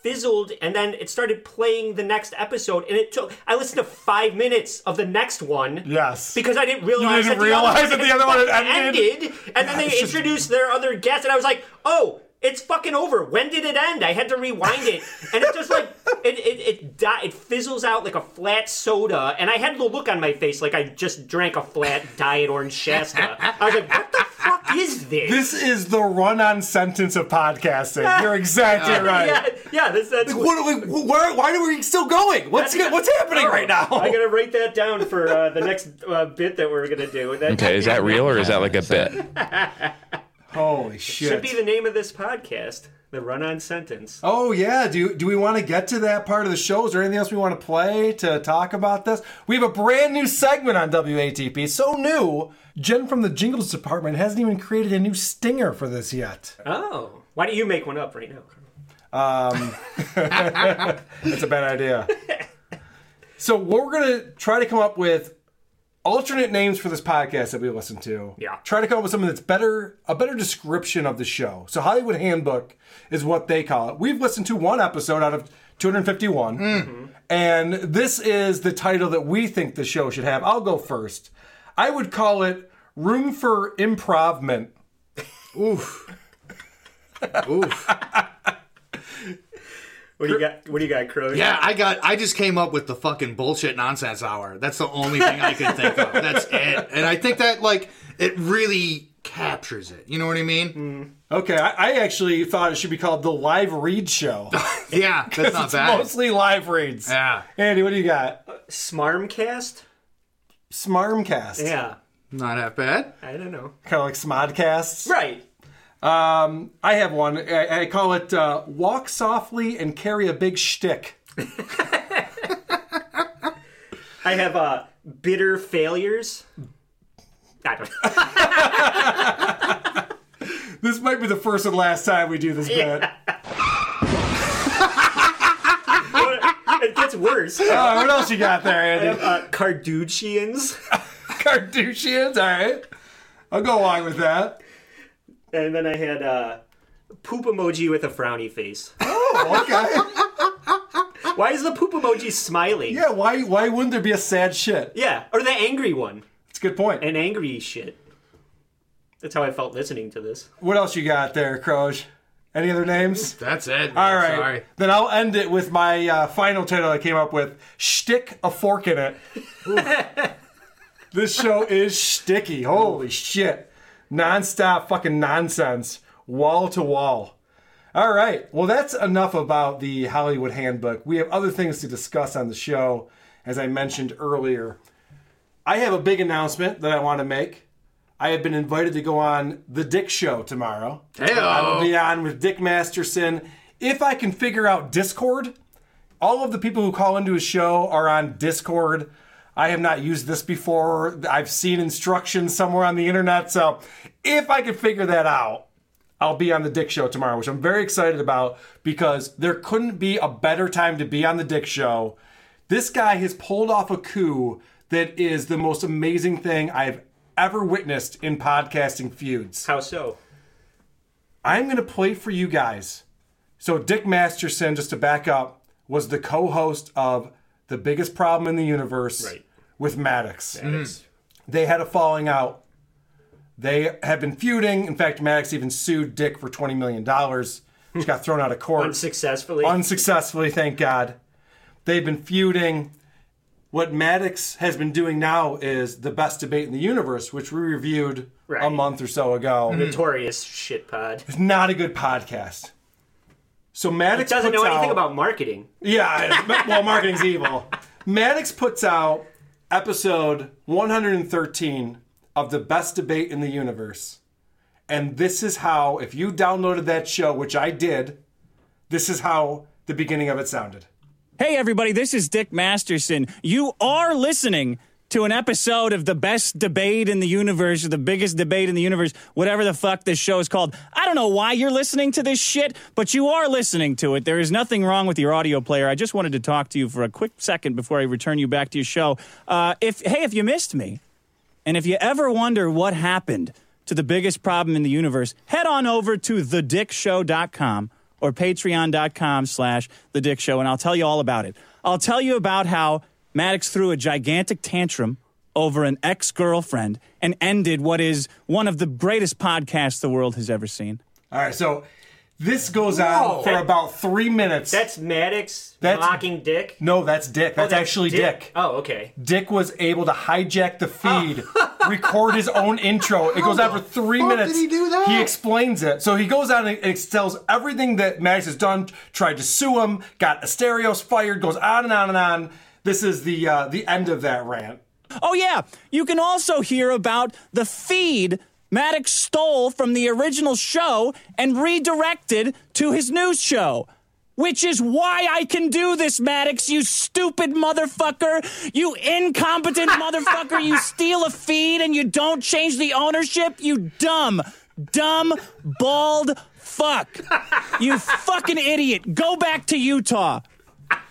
Speaker 6: fizzled and then it started playing the next episode and it took I listened to 5 minutes of the next one.
Speaker 3: Yes.
Speaker 6: Because I didn't realize
Speaker 3: didn't
Speaker 6: that
Speaker 3: realize that the other one had
Speaker 6: ended. and then they introduced their other guest and I was like, "Oh, it's fucking over. When did it end? I had to rewind it." And it just like [LAUGHS] it it it, di- it fizzles out like a flat soda and I had the look on my face like I just drank a flat diet orange Shasta. I was like, "What the fuck is this?"
Speaker 3: This is the run-on sentence of
Speaker 6: [LAUGHS]
Speaker 3: podcasting. You're exactly right.
Speaker 6: yeah, yeah, this, that's
Speaker 3: What, like, wh- where, why are we still going? What's go- what's happening right now?
Speaker 6: I gotta write that down for uh, the next uh, bit that we're gonna do. That
Speaker 9: Okay, is that real or is that like a bit?
Speaker 3: Holy shit!
Speaker 6: should be the name of this podcast? The run-on sentence.
Speaker 3: Oh yeah, do do we want to get to that part of the show? Is there anything else we want to play to talk about this? We have a brand new segment on WATP, so new. Jen from the Jingles department hasn't even created a new stinger for this yet.
Speaker 6: Oh, why don't you make one up right now?
Speaker 3: [LAUGHS] Um, that's a bad idea. So what we're gonna try to come up with alternate names for this podcast that we listen to. Yeah. Try to come up with something that's better, a better description of the show. So Hollywood Handbook is what they call it. We've listened to one episode out of 251, and this is the title that we think the show should have. I'll go first. I would call it Room for Improvement. [LAUGHS] Oof.
Speaker 4: Oof.
Speaker 6: What do you got? What do you got, Crow?
Speaker 4: Yeah, I got. I just came up with the fucking bullshit nonsense hour. That's the only thing I could think of. That's it. And I think that like it really captures it. You know what I mean?
Speaker 3: Mm. Okay, I, I actually thought it should be called the Live Read Show.
Speaker 4: [LAUGHS] Yeah, that's
Speaker 3: [LAUGHS] 'Cause
Speaker 4: not
Speaker 3: it's
Speaker 4: bad.
Speaker 3: Mostly live reads. [LAUGHS] Yeah. Andy, what do you got?
Speaker 6: Smarmcast.
Speaker 3: Smarmcast.
Speaker 6: Yeah.
Speaker 4: Not that bad.
Speaker 6: I don't know.
Speaker 3: Kind of like Smodcasts.
Speaker 6: Right.
Speaker 3: Um, I have one. I, I call it uh, "Walk softly and carry a big shtick."
Speaker 6: I have uh, bitter failures. I don't know.
Speaker 3: This might be the first and last time we do this bit.
Speaker 6: it gets
Speaker 3: [LAUGHS]
Speaker 6: worse.
Speaker 3: Oh, what else you got there, Andy?
Speaker 6: I have, uh, Carduchians.
Speaker 3: [LAUGHS] Carduchians, all right. I'll go along with that.
Speaker 6: And then I had uh, poop emoji with a frowny face.
Speaker 3: Oh, okay.
Speaker 6: [LAUGHS] why is the poop emoji smiling?
Speaker 3: Yeah, why why wouldn't there be a sad shit?
Speaker 6: Yeah, or the angry one.
Speaker 3: It's a good point.
Speaker 6: An angry shit. That's how I felt listening to this.
Speaker 3: What else you got there, Croge? Any other names?
Speaker 4: That's it.
Speaker 3: All right.
Speaker 4: Sorry.
Speaker 3: Then I'll end it with my uh, final title I came up with Shtick a Fork in It.
Speaker 4: [LAUGHS]
Speaker 3: this show is sticky. Holy shit. Nonstop fucking nonsense. Wall to wall. All right. Well, that's enough about the Hollywood Handbook. We have other things to discuss on the show, as I mentioned earlier. I have a big announcement that I want to make. I have been invited to go on The Dick Show tomorrow.
Speaker 4: Hey-o.
Speaker 3: I will be on with Dick Masterson. If I can figure out Discord, all of the people who call into his show are on Discord. I have not used this before. I've seen instructions somewhere on the internet. So if I can figure that out, I'll be on the Dick Show tomorrow, which I'm very excited about because there couldn't be a better time to be on the Dick Show. This guy has pulled off a coup that is the most amazing thing I've ever witnessed in podcasting feuds.
Speaker 6: How so?
Speaker 3: I'm going to play for you guys. So, Dick Masterson, just to back up, was the co host of The Biggest Problem in the Universe
Speaker 6: Right. Mm-hmm.
Speaker 3: with Maddox. They had a falling out. They have been feuding. In fact, Maddox even sued Dick for $20 million, which got thrown out of court.
Speaker 6: Unsuccessfully.
Speaker 3: Unsuccessfully, thank God. They've been feuding. What Maddox has been doing now is the best debate in the universe, which we reviewed a
Speaker 6: Right.
Speaker 3: month or so ago.
Speaker 6: Notorious shit pod.
Speaker 3: It's not a good podcast. So Maddox
Speaker 6: It doesn't
Speaker 3: puts
Speaker 6: know anything
Speaker 3: out-
Speaker 6: about marketing.
Speaker 3: Yeah, [LAUGHS] I- well, marketing's evil. Maddox puts out episode 113 of the best debate in the universe. And this is how, if you downloaded that show, which I did, this is how the beginning of it sounded.
Speaker 20: Hey, everybody, this is Dick Masterson. You are listening to an episode of the best debate in the universe, or the biggest debate in the universe, whatever the fuck this show is called. I don't know why you're listening to this shit, but you are listening to it. There is nothing wrong with your audio player. I just wanted to talk to you for a quick second before I return you back to your show. Uh, if hey, if you missed me, and if you ever wonder what happened to the biggest problem in the universe, head on over to thedickshow.com or patreon.com slash thedickshow, and I'll tell you all about it. I'll tell you about how Maddox threw a gigantic tantrum over an ex-girlfriend and ended what is one of the greatest podcasts the world has ever seen.
Speaker 3: All right, so this goes on
Speaker 6: Whoa.
Speaker 3: for about three minutes.
Speaker 6: That's Maddox
Speaker 3: That's-
Speaker 6: mocking Dick.
Speaker 3: no, that's Dick. That's, actually Dick.
Speaker 6: Oh, okay.
Speaker 3: Dick was able to hijack the
Speaker 4: [LAUGHS]
Speaker 3: feed, record his own intro. It goes on for three
Speaker 4: fuck
Speaker 3: minutes.
Speaker 4: did he do that?
Speaker 3: He explains it. So he goes on and extels everything that Maddox has done, tried to sue him, got Asterios fired, goes on and on and on. This is the uh, the end of that rant.
Speaker 20: Oh, yeah. You can also hear about the feed Maddox stole from the original show and redirected to his new show. Which is why I can do this, Maddox, you stupid motherfucker. You incompetent motherfucker. You steal a feed and you don't change the ownership. You dumb, dumb, bald fuck. You fucking idiot. Go back to Utah.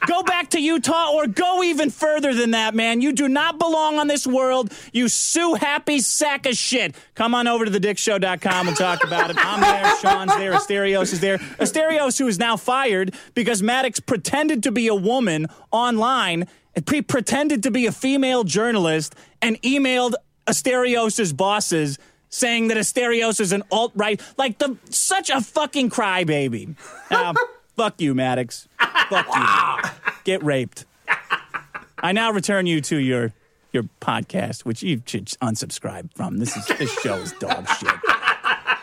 Speaker 20: Go back to Utah or go even further than that, man. You do not belong on this world. You sue happy sack of shit. Come on over to thedickshow.com and talk about it. I'm there. Sean's there. Asterios is there. Asterios, who is now fired because Maddox pretended to be a woman online, and pre- pretended to be a female journalist, and emailed Asterios' bosses saying that Asterios is an alt right, like the such a fucking crybaby.
Speaker 3: [LAUGHS]
Speaker 20: Now, fuck you, Maddox. Fuck you. Get raped. I now return you to your your podcast, which you should unsubscribe from. This is this show is dog shit.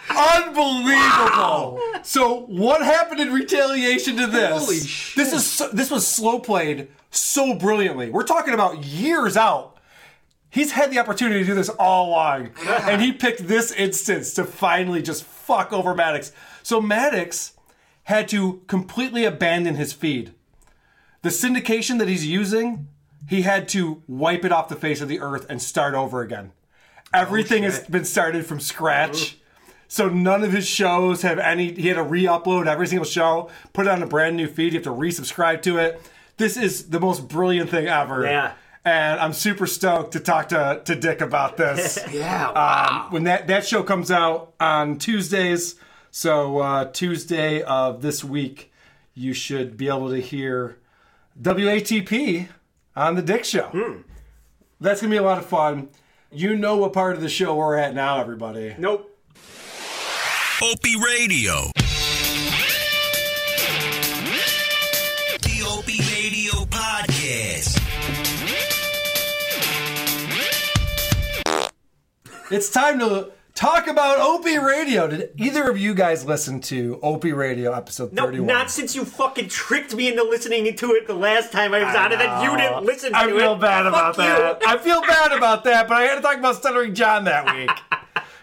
Speaker 3: Unbelievable. So what happened in retaliation to this? Holy shit. This is so, this was slow played so brilliantly. We're talking about years out. He's had the opportunity to do this all along, and he picked this instance to finally just fuck over Maddox. So Maddox had to completely abandon his feed. The syndication that he's using, he had to wipe it off the face of the earth and start over again. Everything has been started from scratch. So none of his shows have any. He had to re-upload every single show, put it on a brand new feed. You have to resubscribe to it. This is the most brilliant thing ever.
Speaker 6: Yeah.
Speaker 3: And I'm super stoked to talk to, to Dick about this.
Speaker 6: [LAUGHS] Yeah,
Speaker 3: Um, when that that show comes out on Tuesdays, so uh, Tuesday of this week, you should be able to hear WATP on the Dick Show.
Speaker 6: Hmm.
Speaker 3: That's gonna be a lot of fun. You know what part of the show we're at now, everybody.
Speaker 6: Nope.
Speaker 21: Opie Radio. The Opie Radio Podcast.
Speaker 3: It's time to talk about Opie Radio. Did either of you guys listen to Opie Radio episode
Speaker 6: No,
Speaker 3: 31?
Speaker 6: not since you fucking tricked me into listening to it the last time I was on it. That you didn't listen to
Speaker 3: I
Speaker 6: it.
Speaker 3: feel bad
Speaker 6: Fuck
Speaker 3: about
Speaker 6: you. [LAUGHS]
Speaker 3: that. I feel bad about that, but I had to talk about Stuttering John that week.
Speaker 4: [LAUGHS]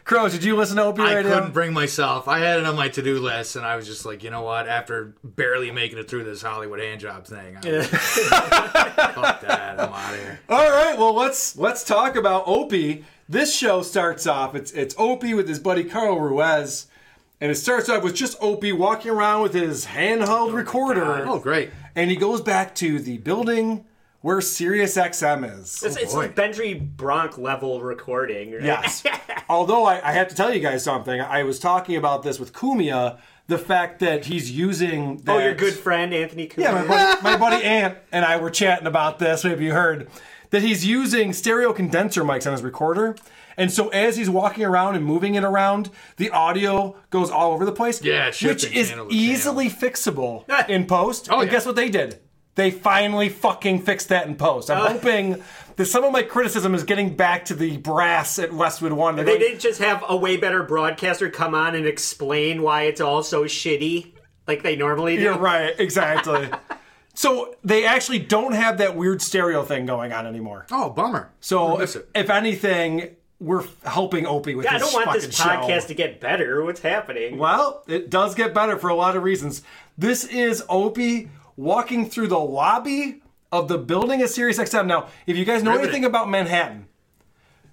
Speaker 3: Crows, did you listen to Opie
Speaker 4: I
Speaker 3: Radio?
Speaker 4: couldn't bring myself. I had it on my to do list, and I was just like, you know what? After barely making it through this Hollywood handjob thing, I
Speaker 3: [LAUGHS]
Speaker 4: was, fuck that. I'm out of here.
Speaker 3: All right, well let's let's talk about Opie. This show starts off it's it's Opie with his buddy Carl Ruiz, and it starts off with just Opie walking around with his handheld recorder. Oh,
Speaker 4: great!
Speaker 3: And he goes back to the building where Sirius XM is.
Speaker 6: It's, it's
Speaker 4: Oh,
Speaker 6: like Benji Bronk level recording. Right?
Speaker 3: Yes. Although I, I have to tell you guys something. I was talking about this with Kumia, the fact that he's using. That,
Speaker 6: [LAUGHS] oh, your good friend Anthony. Cooper.
Speaker 3: Yeah, my buddy, my buddy Ant and I were chatting about this. Maybe you heard that he's using stereo condenser mics on his recorder. And so as he's walking around and moving it around, the audio goes all over the place.
Speaker 4: Yeah, it
Speaker 3: which
Speaker 4: shifts and
Speaker 3: is
Speaker 4: channels the
Speaker 3: easily fixable in post.
Speaker 4: Oh,
Speaker 3: and
Speaker 4: yeah.
Speaker 3: guess what they did? They finally fucking fixed that in post. I'm
Speaker 6: Uh.
Speaker 3: hoping that some of my criticism is getting back to the brass at Westwood One. They're
Speaker 6: They
Speaker 3: going,
Speaker 6: didn't just have a way better broadcaster come on and explain why it's all so shitty, like they normally do.
Speaker 3: You're right,
Speaker 6: [LAUGHS]
Speaker 3: exactly. so they actually don't have that weird stereo thing going on anymore.
Speaker 4: Oh, bummer.
Speaker 3: So if, if anything, we're f- helping Opie with
Speaker 6: Yeah, I
Speaker 3: this
Speaker 6: don't want this
Speaker 3: fucking
Speaker 6: podcast
Speaker 3: show.
Speaker 6: to get better. What's happening?
Speaker 3: Well, it does get better for a lot of reasons. This is Opie walking through the lobby of the building at Sirius XM. Now, if you guys know anything about Manhattan,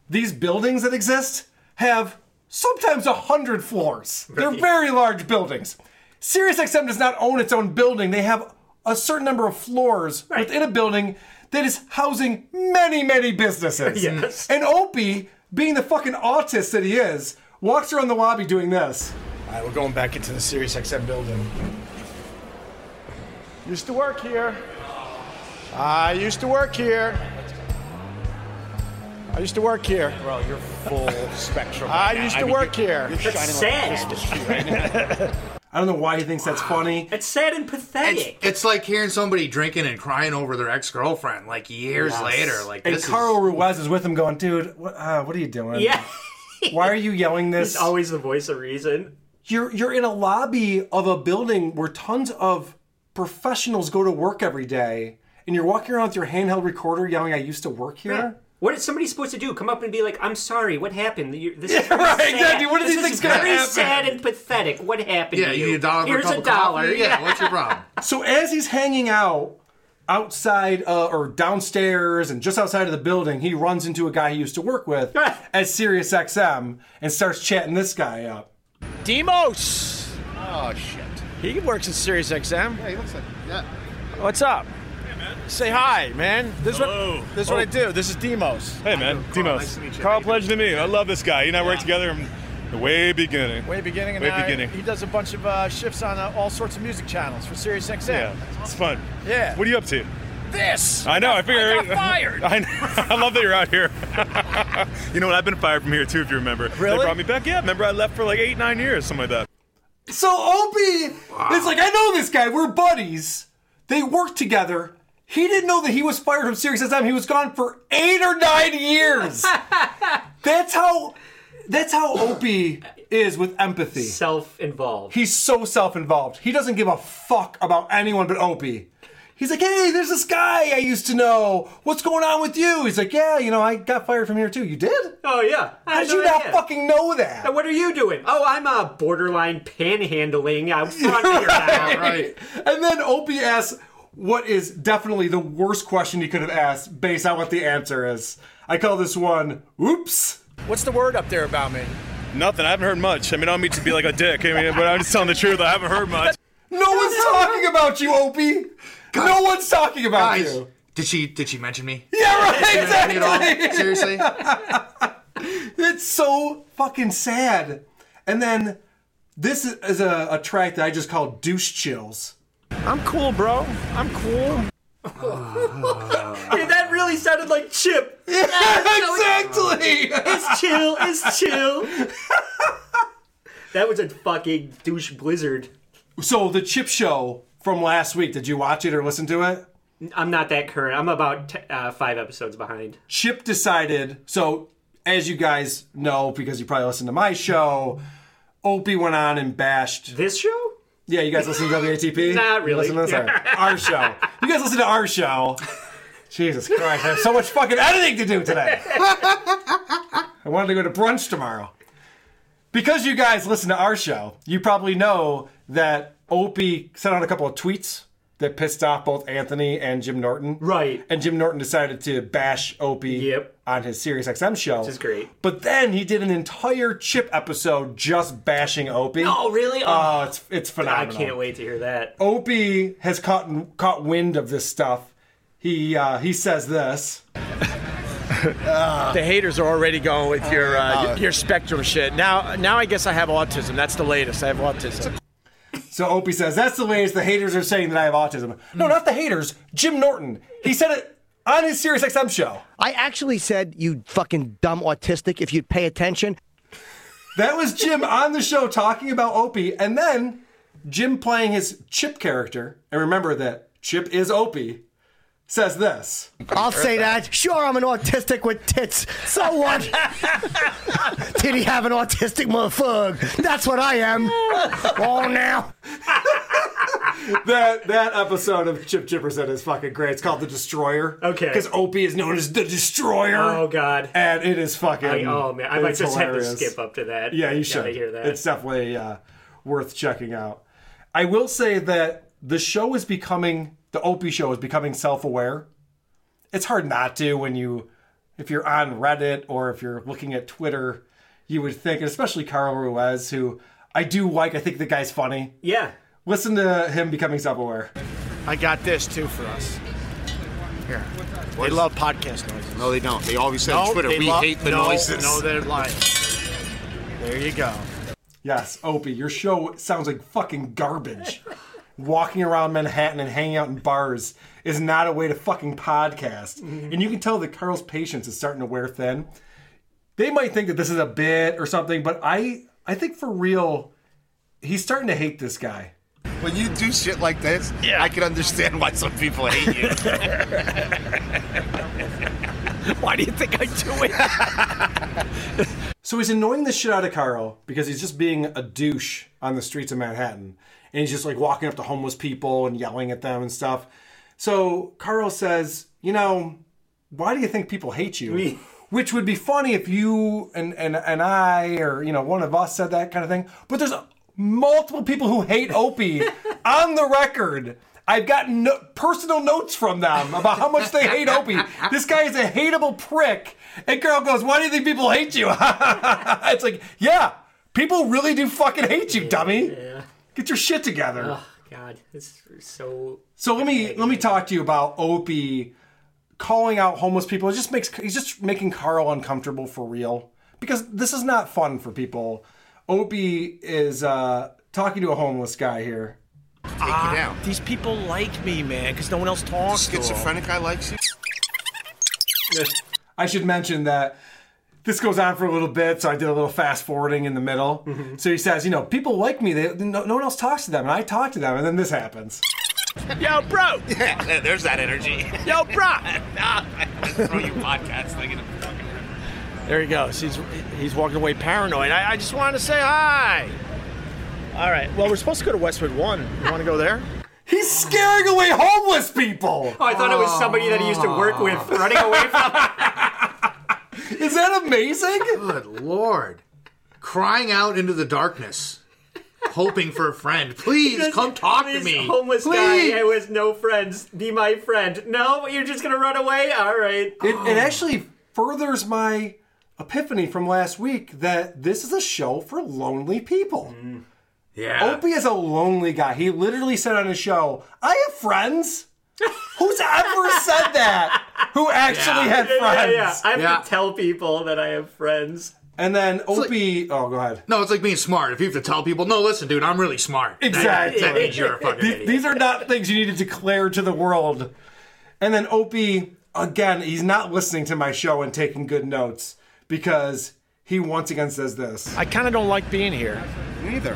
Speaker 3: these buildings that exist have sometimes a hundred floors. They're very large buildings. Sirius XM does not own its own building. They have a certain number of floors within a building that is housing many, many businesses.
Speaker 6: Yes.
Speaker 3: And Opie, being the fucking autist that he is, walks around the lobby doing this.
Speaker 22: All right, we're going back into the Sirius XM building. Used to work here. I used to work here. I used to work here. Well, you're [LAUGHS] full spectrum. I
Speaker 3: right now.
Speaker 22: used
Speaker 3: I
Speaker 22: to
Speaker 3: mean,
Speaker 22: work
Speaker 3: you're-
Speaker 22: here.
Speaker 3: you're That's shining like a sad. I don't know why he thinks that's funny.
Speaker 6: It's sad and pathetic.
Speaker 4: It's like hearing somebody drinking and crying over their ex girlfriend, like years
Speaker 3: Yes.
Speaker 4: later. Like
Speaker 3: and
Speaker 4: this
Speaker 3: Carl Ruiz is with him, going, "Dude, what, uh, what are you doing?
Speaker 4: Yeah.
Speaker 3: why are you yelling this?
Speaker 6: He's always the voice of reason.
Speaker 3: You're you're in a lobby of a building where tons of professionals go to work every day, and you're walking around with your handheld recorder, yelling, "I used to work here."
Speaker 6: Yeah. What is somebody supposed to do? Come up and be like, "I'm sorry, what happened? You-
Speaker 3: [LAUGHS]
Speaker 6: This is
Speaker 3: right,
Speaker 6: sad.
Speaker 3: exactly. What do
Speaker 6: This
Speaker 3: you
Speaker 6: is
Speaker 3: think's gonna
Speaker 6: very
Speaker 3: happen?"
Speaker 6: sad and pathetic. What happened?
Speaker 3: Yeah,
Speaker 6: to
Speaker 3: you
Speaker 6: you,
Speaker 3: need a dollar for a
Speaker 6: Here's
Speaker 3: cup
Speaker 6: a
Speaker 3: of coffee?
Speaker 6: dollar.
Speaker 3: Yeah, what's your problem? So as he's hanging out outside uh, or downstairs and just outside of the building, he runs into a guy he used to work
Speaker 6: [LAUGHS]
Speaker 3: with at Sirius XM and starts chatting this guy up.
Speaker 23: Demos. Oh shit. He works at Sirius XM. Yeah, he looks like yeah. What's up?
Speaker 1: Say hi, man. This is what this is what I
Speaker 3: Oh.
Speaker 1: do. This is Demos.
Speaker 2: Hey, man.
Speaker 1: nice
Speaker 2: Demos.
Speaker 1: to meet you.
Speaker 2: Carl Pledge to me. I love this guy. You and I worked together from the way beginning.
Speaker 1: Way beginning and
Speaker 2: Way
Speaker 1: I-
Speaker 2: beginning.
Speaker 1: He does a bunch of uh, shifts on uh, all sorts of music channels for Sirius XM.
Speaker 2: Yeah. It's fun.
Speaker 1: Yeah.
Speaker 2: What are you up to?
Speaker 1: This.
Speaker 2: I know. [LAUGHS] I figure.
Speaker 1: got fired.
Speaker 2: I, know. I love that you're out here. you know what? I've been fired from here too, if you remember.
Speaker 1: Really?
Speaker 2: They brought me back. Yeah. Remember, I left for like eight, nine years, something like that.
Speaker 3: So Opie, it's like I know this guy. We're buddies. They work together. He didn't know that he was fired from Sirius XM. He was gone for eight or
Speaker 1: [LAUGHS]
Speaker 3: nine years. that's how. That's how Opie is with empathy.
Speaker 6: Self-involved.
Speaker 3: He's so self-involved. He doesn't give a fuck about anyone but Opie. He's like, hey, there's this guy I used to know. What's going on with you? He's like, yeah, you know, I got fired from here too. You did?
Speaker 6: Oh yeah. I
Speaker 3: How
Speaker 6: had
Speaker 3: did you
Speaker 6: no
Speaker 3: not
Speaker 6: idea.
Speaker 3: fucking know that?
Speaker 6: Now, what are you doing? Oh, I'm uh, borderline panhandling
Speaker 3: [LAUGHS]
Speaker 6: out front here now.
Speaker 3: right. And then Opie asks what is definitely the worst question he could have asked based on what the answer is. I call this one, oops.
Speaker 1: What's the word up there about me?
Speaker 2: Nothing. I haven't heard much. I mean, I don't mean to be like a dick. I mean, but I'm just telling the truth. I haven't heard much.
Speaker 3: No one's talking about you, [LAUGHS]
Speaker 2: [LAUGHS]
Speaker 3: Opie. no one's talking about
Speaker 4: guys,
Speaker 3: you.
Speaker 4: Did she did she mention me?
Speaker 3: [LAUGHS] Yeah, right.
Speaker 4: Did she mention me at all?
Speaker 3: Exactly.
Speaker 4: Seriously?
Speaker 3: [LAUGHS] It's so fucking sad. And then this is- is a, a track that I just call douche chills.
Speaker 1: I'm cool, bro. I'm
Speaker 6: [LAUGHS]
Speaker 1: cool.
Speaker 6: Yeah, that really sounded like Chip.
Speaker 3: Yeah,
Speaker 6: exactly.
Speaker 3: [LAUGHS]
Speaker 6: It's chill. It's chill. that was a fucking douche blizzard.
Speaker 3: So the chip show from last week, did you watch it or listen to it?
Speaker 6: I'm not that current. I'm about t- uh, five episodes behind.
Speaker 3: Chip decided. So, as you guys know, because you probably listened to my show, Opie went on and bashed
Speaker 6: this show.
Speaker 3: Yeah, you guys listen to WATP?
Speaker 6: [LAUGHS] Not really.
Speaker 3: You listen to this? All right. our show. You guys listen to our show. Jesus Christ, I have so much fucking editing to do today. I wanted to go to brunch tomorrow. Because you guys listen to our show, you probably know that Opie sent out a couple of tweets that pissed off both Anthony and Jim Norton. Right. And Jim Norton decided to bash Opie on his Sirius XM show.
Speaker 6: Which is great.
Speaker 3: But then he did an entire chip episode just bashing Opie.
Speaker 6: Oh, really?
Speaker 3: Oh,
Speaker 6: Oh.
Speaker 3: it's it's
Speaker 6: I
Speaker 3: phenomenal.
Speaker 6: can't wait to hear that.
Speaker 3: Opie has caught caught wind of this stuff. He uh, he says this.
Speaker 1: the haters are already going with your uh,
Speaker 23: Oh,
Speaker 1: y- your spectrum shit. Now, now I guess I have autism. That's the latest. I have autism.
Speaker 3: So Opie says that's the latest. The haters are saying that I have autism. No, not the haters. Jim Norton. He said it on his Sirius XM show.
Speaker 14: [LAUGHS] I actually said, you fucking dumb autistic, if you'd pay attention.
Speaker 3: That was Jim on the show talking about Opie, and then Jim playing his Chip character. And remember that Chip is Opie. Says this.
Speaker 14: I'll say that. Sure, I'm an autistic with tits.
Speaker 4: [LAUGHS]
Speaker 14: So what? Did he have an autistic motherfucker? That's what
Speaker 4: [LAUGHS]
Speaker 14: I am. Oh, now.
Speaker 3: that that episode of Chip Chipperson is fucking great. It's called The Destroyer. Okay. Because Opie is known as The Destroyer.
Speaker 6: Oh, God.
Speaker 3: And it is fucking.
Speaker 6: I- oh man, I might
Speaker 3: it's
Speaker 6: just have
Speaker 3: hilarious.
Speaker 6: to skip up to that.
Speaker 3: Yeah, you
Speaker 6: Now
Speaker 3: should.
Speaker 6: I hear that.
Speaker 3: It's definitely uh, worth checking out. I will say that the show is becoming the Opie show is becoming self-aware. It's hard not to when you, if you're on Reddit or if you're looking at Twitter, you would think, and especially Carl Ruiz, who I do like. I think the guy's funny.
Speaker 6: Yeah.
Speaker 3: Listen to him becoming self-aware.
Speaker 1: I got this too for us. Here, they love podcast noises.
Speaker 23: No, they don't. They always say
Speaker 1: No,
Speaker 23: on Twitter,
Speaker 1: they
Speaker 23: we
Speaker 1: love-
Speaker 23: hate the
Speaker 1: no,
Speaker 23: noises.
Speaker 1: No, they're lying. There you go.
Speaker 3: Yes, Opie, your show sounds like fucking
Speaker 23: [LAUGHS]
Speaker 3: garbage. Walking around Manhattan and hanging out in bars is not a way to fucking podcast.
Speaker 23: Mm-hmm.
Speaker 3: And you can tell that Carl's patience is starting to wear thin. They might think that this is a bit or something, but I I think for real, he's starting to hate this guy.
Speaker 23: When you do shit like this, I can understand why some people hate you.
Speaker 1: [LAUGHS] Why do you think I do it?
Speaker 3: So he's annoying the shit out of Carl because he's just being a douche on the streets of Manhattan. And he's just like walking up to homeless people and yelling at them and stuff. So Carl says, You know, why do you think people hate you? Which would be funny if you and, and, and I or, you know, one of us said that kind of thing. But there's multiple people who hate Opie [LAUGHS] on the record. I've gotten no- personal notes from them about how much they hate Opie. This guy is a hateable prick. And Carl goes, Why do you think people hate you? [LAUGHS] it's like, Yeah, people really do fucking hate you, dummy. Get your shit together.
Speaker 6: God, it's so.
Speaker 3: So let me let me talk to you about Opie calling out homeless people. It just makes he's just making Carl uncomfortable for real because this is not fun for people. Opie is uh, talking to a homeless guy here.
Speaker 1: Ah, These people like me, man, because no one else talks. to 'em.
Speaker 23: Schizophrenic guy likes you.
Speaker 3: I should mention that this goes on for a little bit, so I did a little fast forwarding in the middle. So he says, you know, people like me. They no, no one else talks to them, and I talk to them, and then this happens.
Speaker 1: Yo, bro.
Speaker 23: Yeah, there's that energy.
Speaker 1: Yo, bro.
Speaker 23: [LAUGHS] nah, throw you podcast thinking of fucking.
Speaker 1: There he goes. He's he's walking away paranoid. I, I just wanted to say hi. All right. Well, we're supposed to go to Westwood One. You want to go there?
Speaker 3: He's scaring away homeless people.
Speaker 6: Oh, I thought it was somebody that he used to work with
Speaker 1: Ah.
Speaker 6: running away from.
Speaker 3: Is that amazing?
Speaker 4: Good lord. Crying out into the darkness, hoping for a friend. Please
Speaker 6: Because
Speaker 4: come talk to
Speaker 6: this
Speaker 4: me.
Speaker 6: Homeless
Speaker 4: Please.
Speaker 6: guy who has no friends. Be my friend. No, you're just gonna run away. All right.
Speaker 3: It,
Speaker 4: [GASPS]
Speaker 3: it actually furthers my epiphany from last week that this is a show for lonely people.
Speaker 6: Mm,
Speaker 4: Yeah.
Speaker 3: Opie is a lonely guy. He literally said on his show, I have
Speaker 6: [LAUGHS]
Speaker 3: friends. Who's ever said that? Who actually had
Speaker 6: Yeah, yeah,
Speaker 3: friends?
Speaker 6: yeah. I have to tell people that I have friends.
Speaker 3: And then Opie. oh, go ahead.
Speaker 4: No, it's like being smart. If you have to tell people, no, listen, dude, I'm really smart. That-
Speaker 3: Exactly.
Speaker 4: That, means you're a fucking
Speaker 3: Th-
Speaker 4: idiot.
Speaker 3: These are not things you need to declare to the world. And then Opie, again, he's not listening to my show and taking good notes because he once again says this.
Speaker 1: I kind of don't like being here.
Speaker 23: Neither.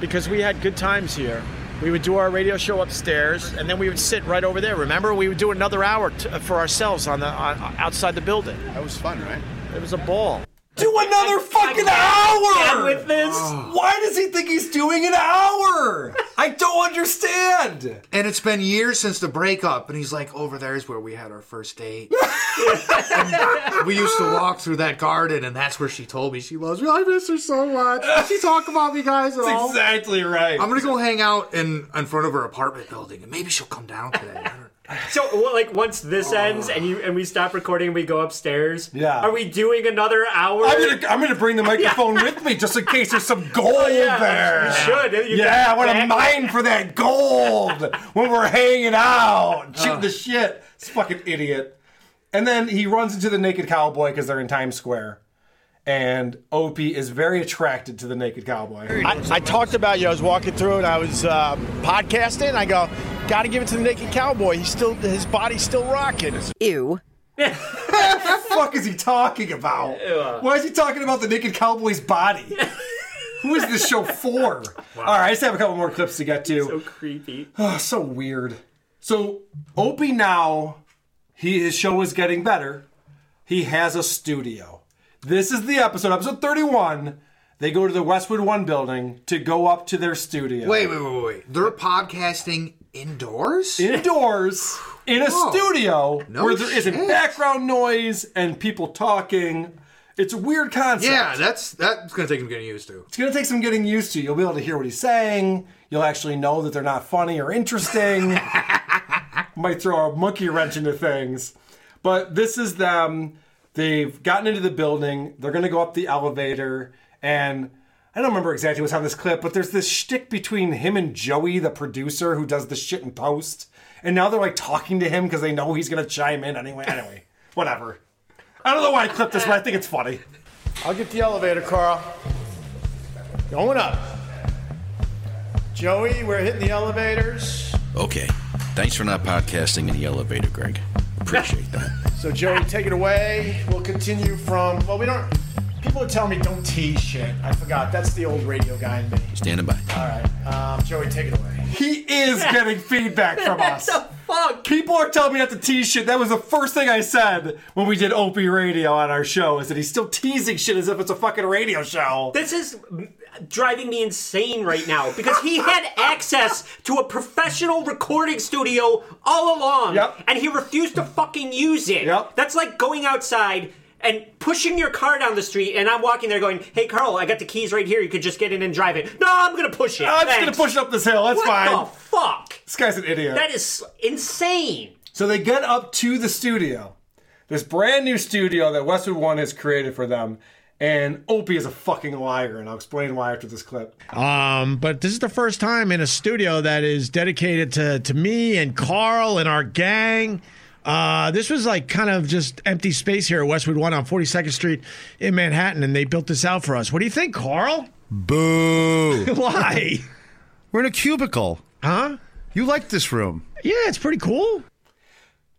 Speaker 1: Because we had good times here. We would do our radio show upstairs, and then we would sit right over there. Remember, we would do another hour t- uh, for ourselves on the on, outside the building. That
Speaker 23: was fun, right?
Speaker 1: It was a ball.
Speaker 3: Do another fucking
Speaker 1: can't
Speaker 3: hour
Speaker 1: get
Speaker 3: Oh.
Speaker 1: with this.
Speaker 3: Why does he think he's doing an hour? I don't understand.
Speaker 4: And it's been years since the breakup, and he's like, over there is where we had our
Speaker 3: [LAUGHS]
Speaker 4: first date. And we used to walk through that garden, and that's where she told me she loves me. I miss her so much. She talk about me guys at all.
Speaker 3: exactly right.
Speaker 4: I'm gonna go hang out in in front of her apartment building, and maybe she'll come down today. I don't-
Speaker 6: So, well, like, once this ends and you and we stop recording, and we go upstairs.
Speaker 3: Oh. Yeah.
Speaker 6: Are we doing another hour?
Speaker 3: I'm gonna, I'm gonna bring the microphone with me just in case there's some gold
Speaker 6: Oh, yeah,
Speaker 3: there.
Speaker 6: you should. You
Speaker 3: yeah,
Speaker 6: got
Speaker 3: I want to
Speaker 6: back-
Speaker 3: mine for that gold when we're hanging out,
Speaker 6: Oh.
Speaker 3: shooting the shit. This fucking idiot. And then he runs into the naked cowboy because they're in Times Square, and Opie is very attracted to the naked cowboy.
Speaker 1: I, I talked about you. I was walking through and I was uh, podcasting. I go, gotta give it to the naked cowboy. He's still his body's still rocking. [LAUGHS]
Speaker 5: Ew.
Speaker 3: what the fuck is he talking about? Why is he talking about the naked cowboy's body? Who is this show for? All right, I just have a couple more clips to get to. So
Speaker 6: creepy.
Speaker 3: Oh, so weird. So Opie now, he his show is getting better. He has a studio. This is the episode, episode 31. They go to the Westwood One building to go up to their studio.
Speaker 4: Wait, wait, wait, wait. They're podcasting indoors.
Speaker 3: [LAUGHS] Indoors in a
Speaker 4: Whoa.
Speaker 3: studio
Speaker 4: Oh. No
Speaker 3: where there not
Speaker 4: shit.
Speaker 3: background noise and people talking. It's a weird concept.
Speaker 4: Yeah, that's that's gonna take him getting used to.
Speaker 3: It's gonna take some getting used to. You'll be able to hear what he's saying. You'll actually know that they're not funny or interesting. Might throw a monkey wrench into things. But this is them. They've gotten into the building. They're gonna go up the elevator, and I don't remember exactly what's on this clip, but there's this shtick between him and Joey, the producer who does the shit in post. And now they're like talking to him because they know he's gonna chime in anyway. Anyway, whatever. I don't know why I clipped this, but I think it's funny.
Speaker 1: I'll get the elevator, Carl. Going up. Joey, we're hitting the elevators.
Speaker 7: Okay. Thanks for not podcasting in the elevator, Greg. Appreciate that.
Speaker 1: So Joey, take it away. We'll continue from well, we don't. People are telling me don't tease shit. I forgot. That's the old radio guy in me.
Speaker 7: Standing by.
Speaker 1: All right, um, Joey, take it away.
Speaker 3: He is getting feedback from us.
Speaker 1: What
Speaker 3: fuck? People are telling me not to tease shit. That was the first thing I said when we did Opie Radio on our show, is that he's still teasing shit as if it's a fucking radio show.
Speaker 6: This is driving me insane right now because he had access to a professional recording studio all along and he refused to fucking use it. That's like going outside and pushing your car down the street and I'm walking there going, "Hey Carl, I got the keys right here. You could just get in and drive it." No, I'm going to push it.
Speaker 3: I'm just
Speaker 6: Thanks.
Speaker 3: gonna push it up this hill. That's
Speaker 6: What
Speaker 3: fine.
Speaker 6: the fuck?
Speaker 3: This guy's an idiot.
Speaker 6: [LAUGHS] That is insane.
Speaker 3: So they get up to the studio, this brand new studio that Westwood One has created for them, And Opie is a fucking liar, and I'll explain why after this clip.
Speaker 1: Um, but this is the first time in a studio that is dedicated to, to me and Carl and our gang. Uh, this was like kind of just empty space here at Westwood One on 42nd Street in Manhattan, and they built this out for us. What do you think, Carl?
Speaker 23: Boo.
Speaker 1: [LAUGHS] Why?
Speaker 23: We're in a cubicle.
Speaker 1: Huh?
Speaker 23: You like this room.
Speaker 1: Yeah, it's pretty cool.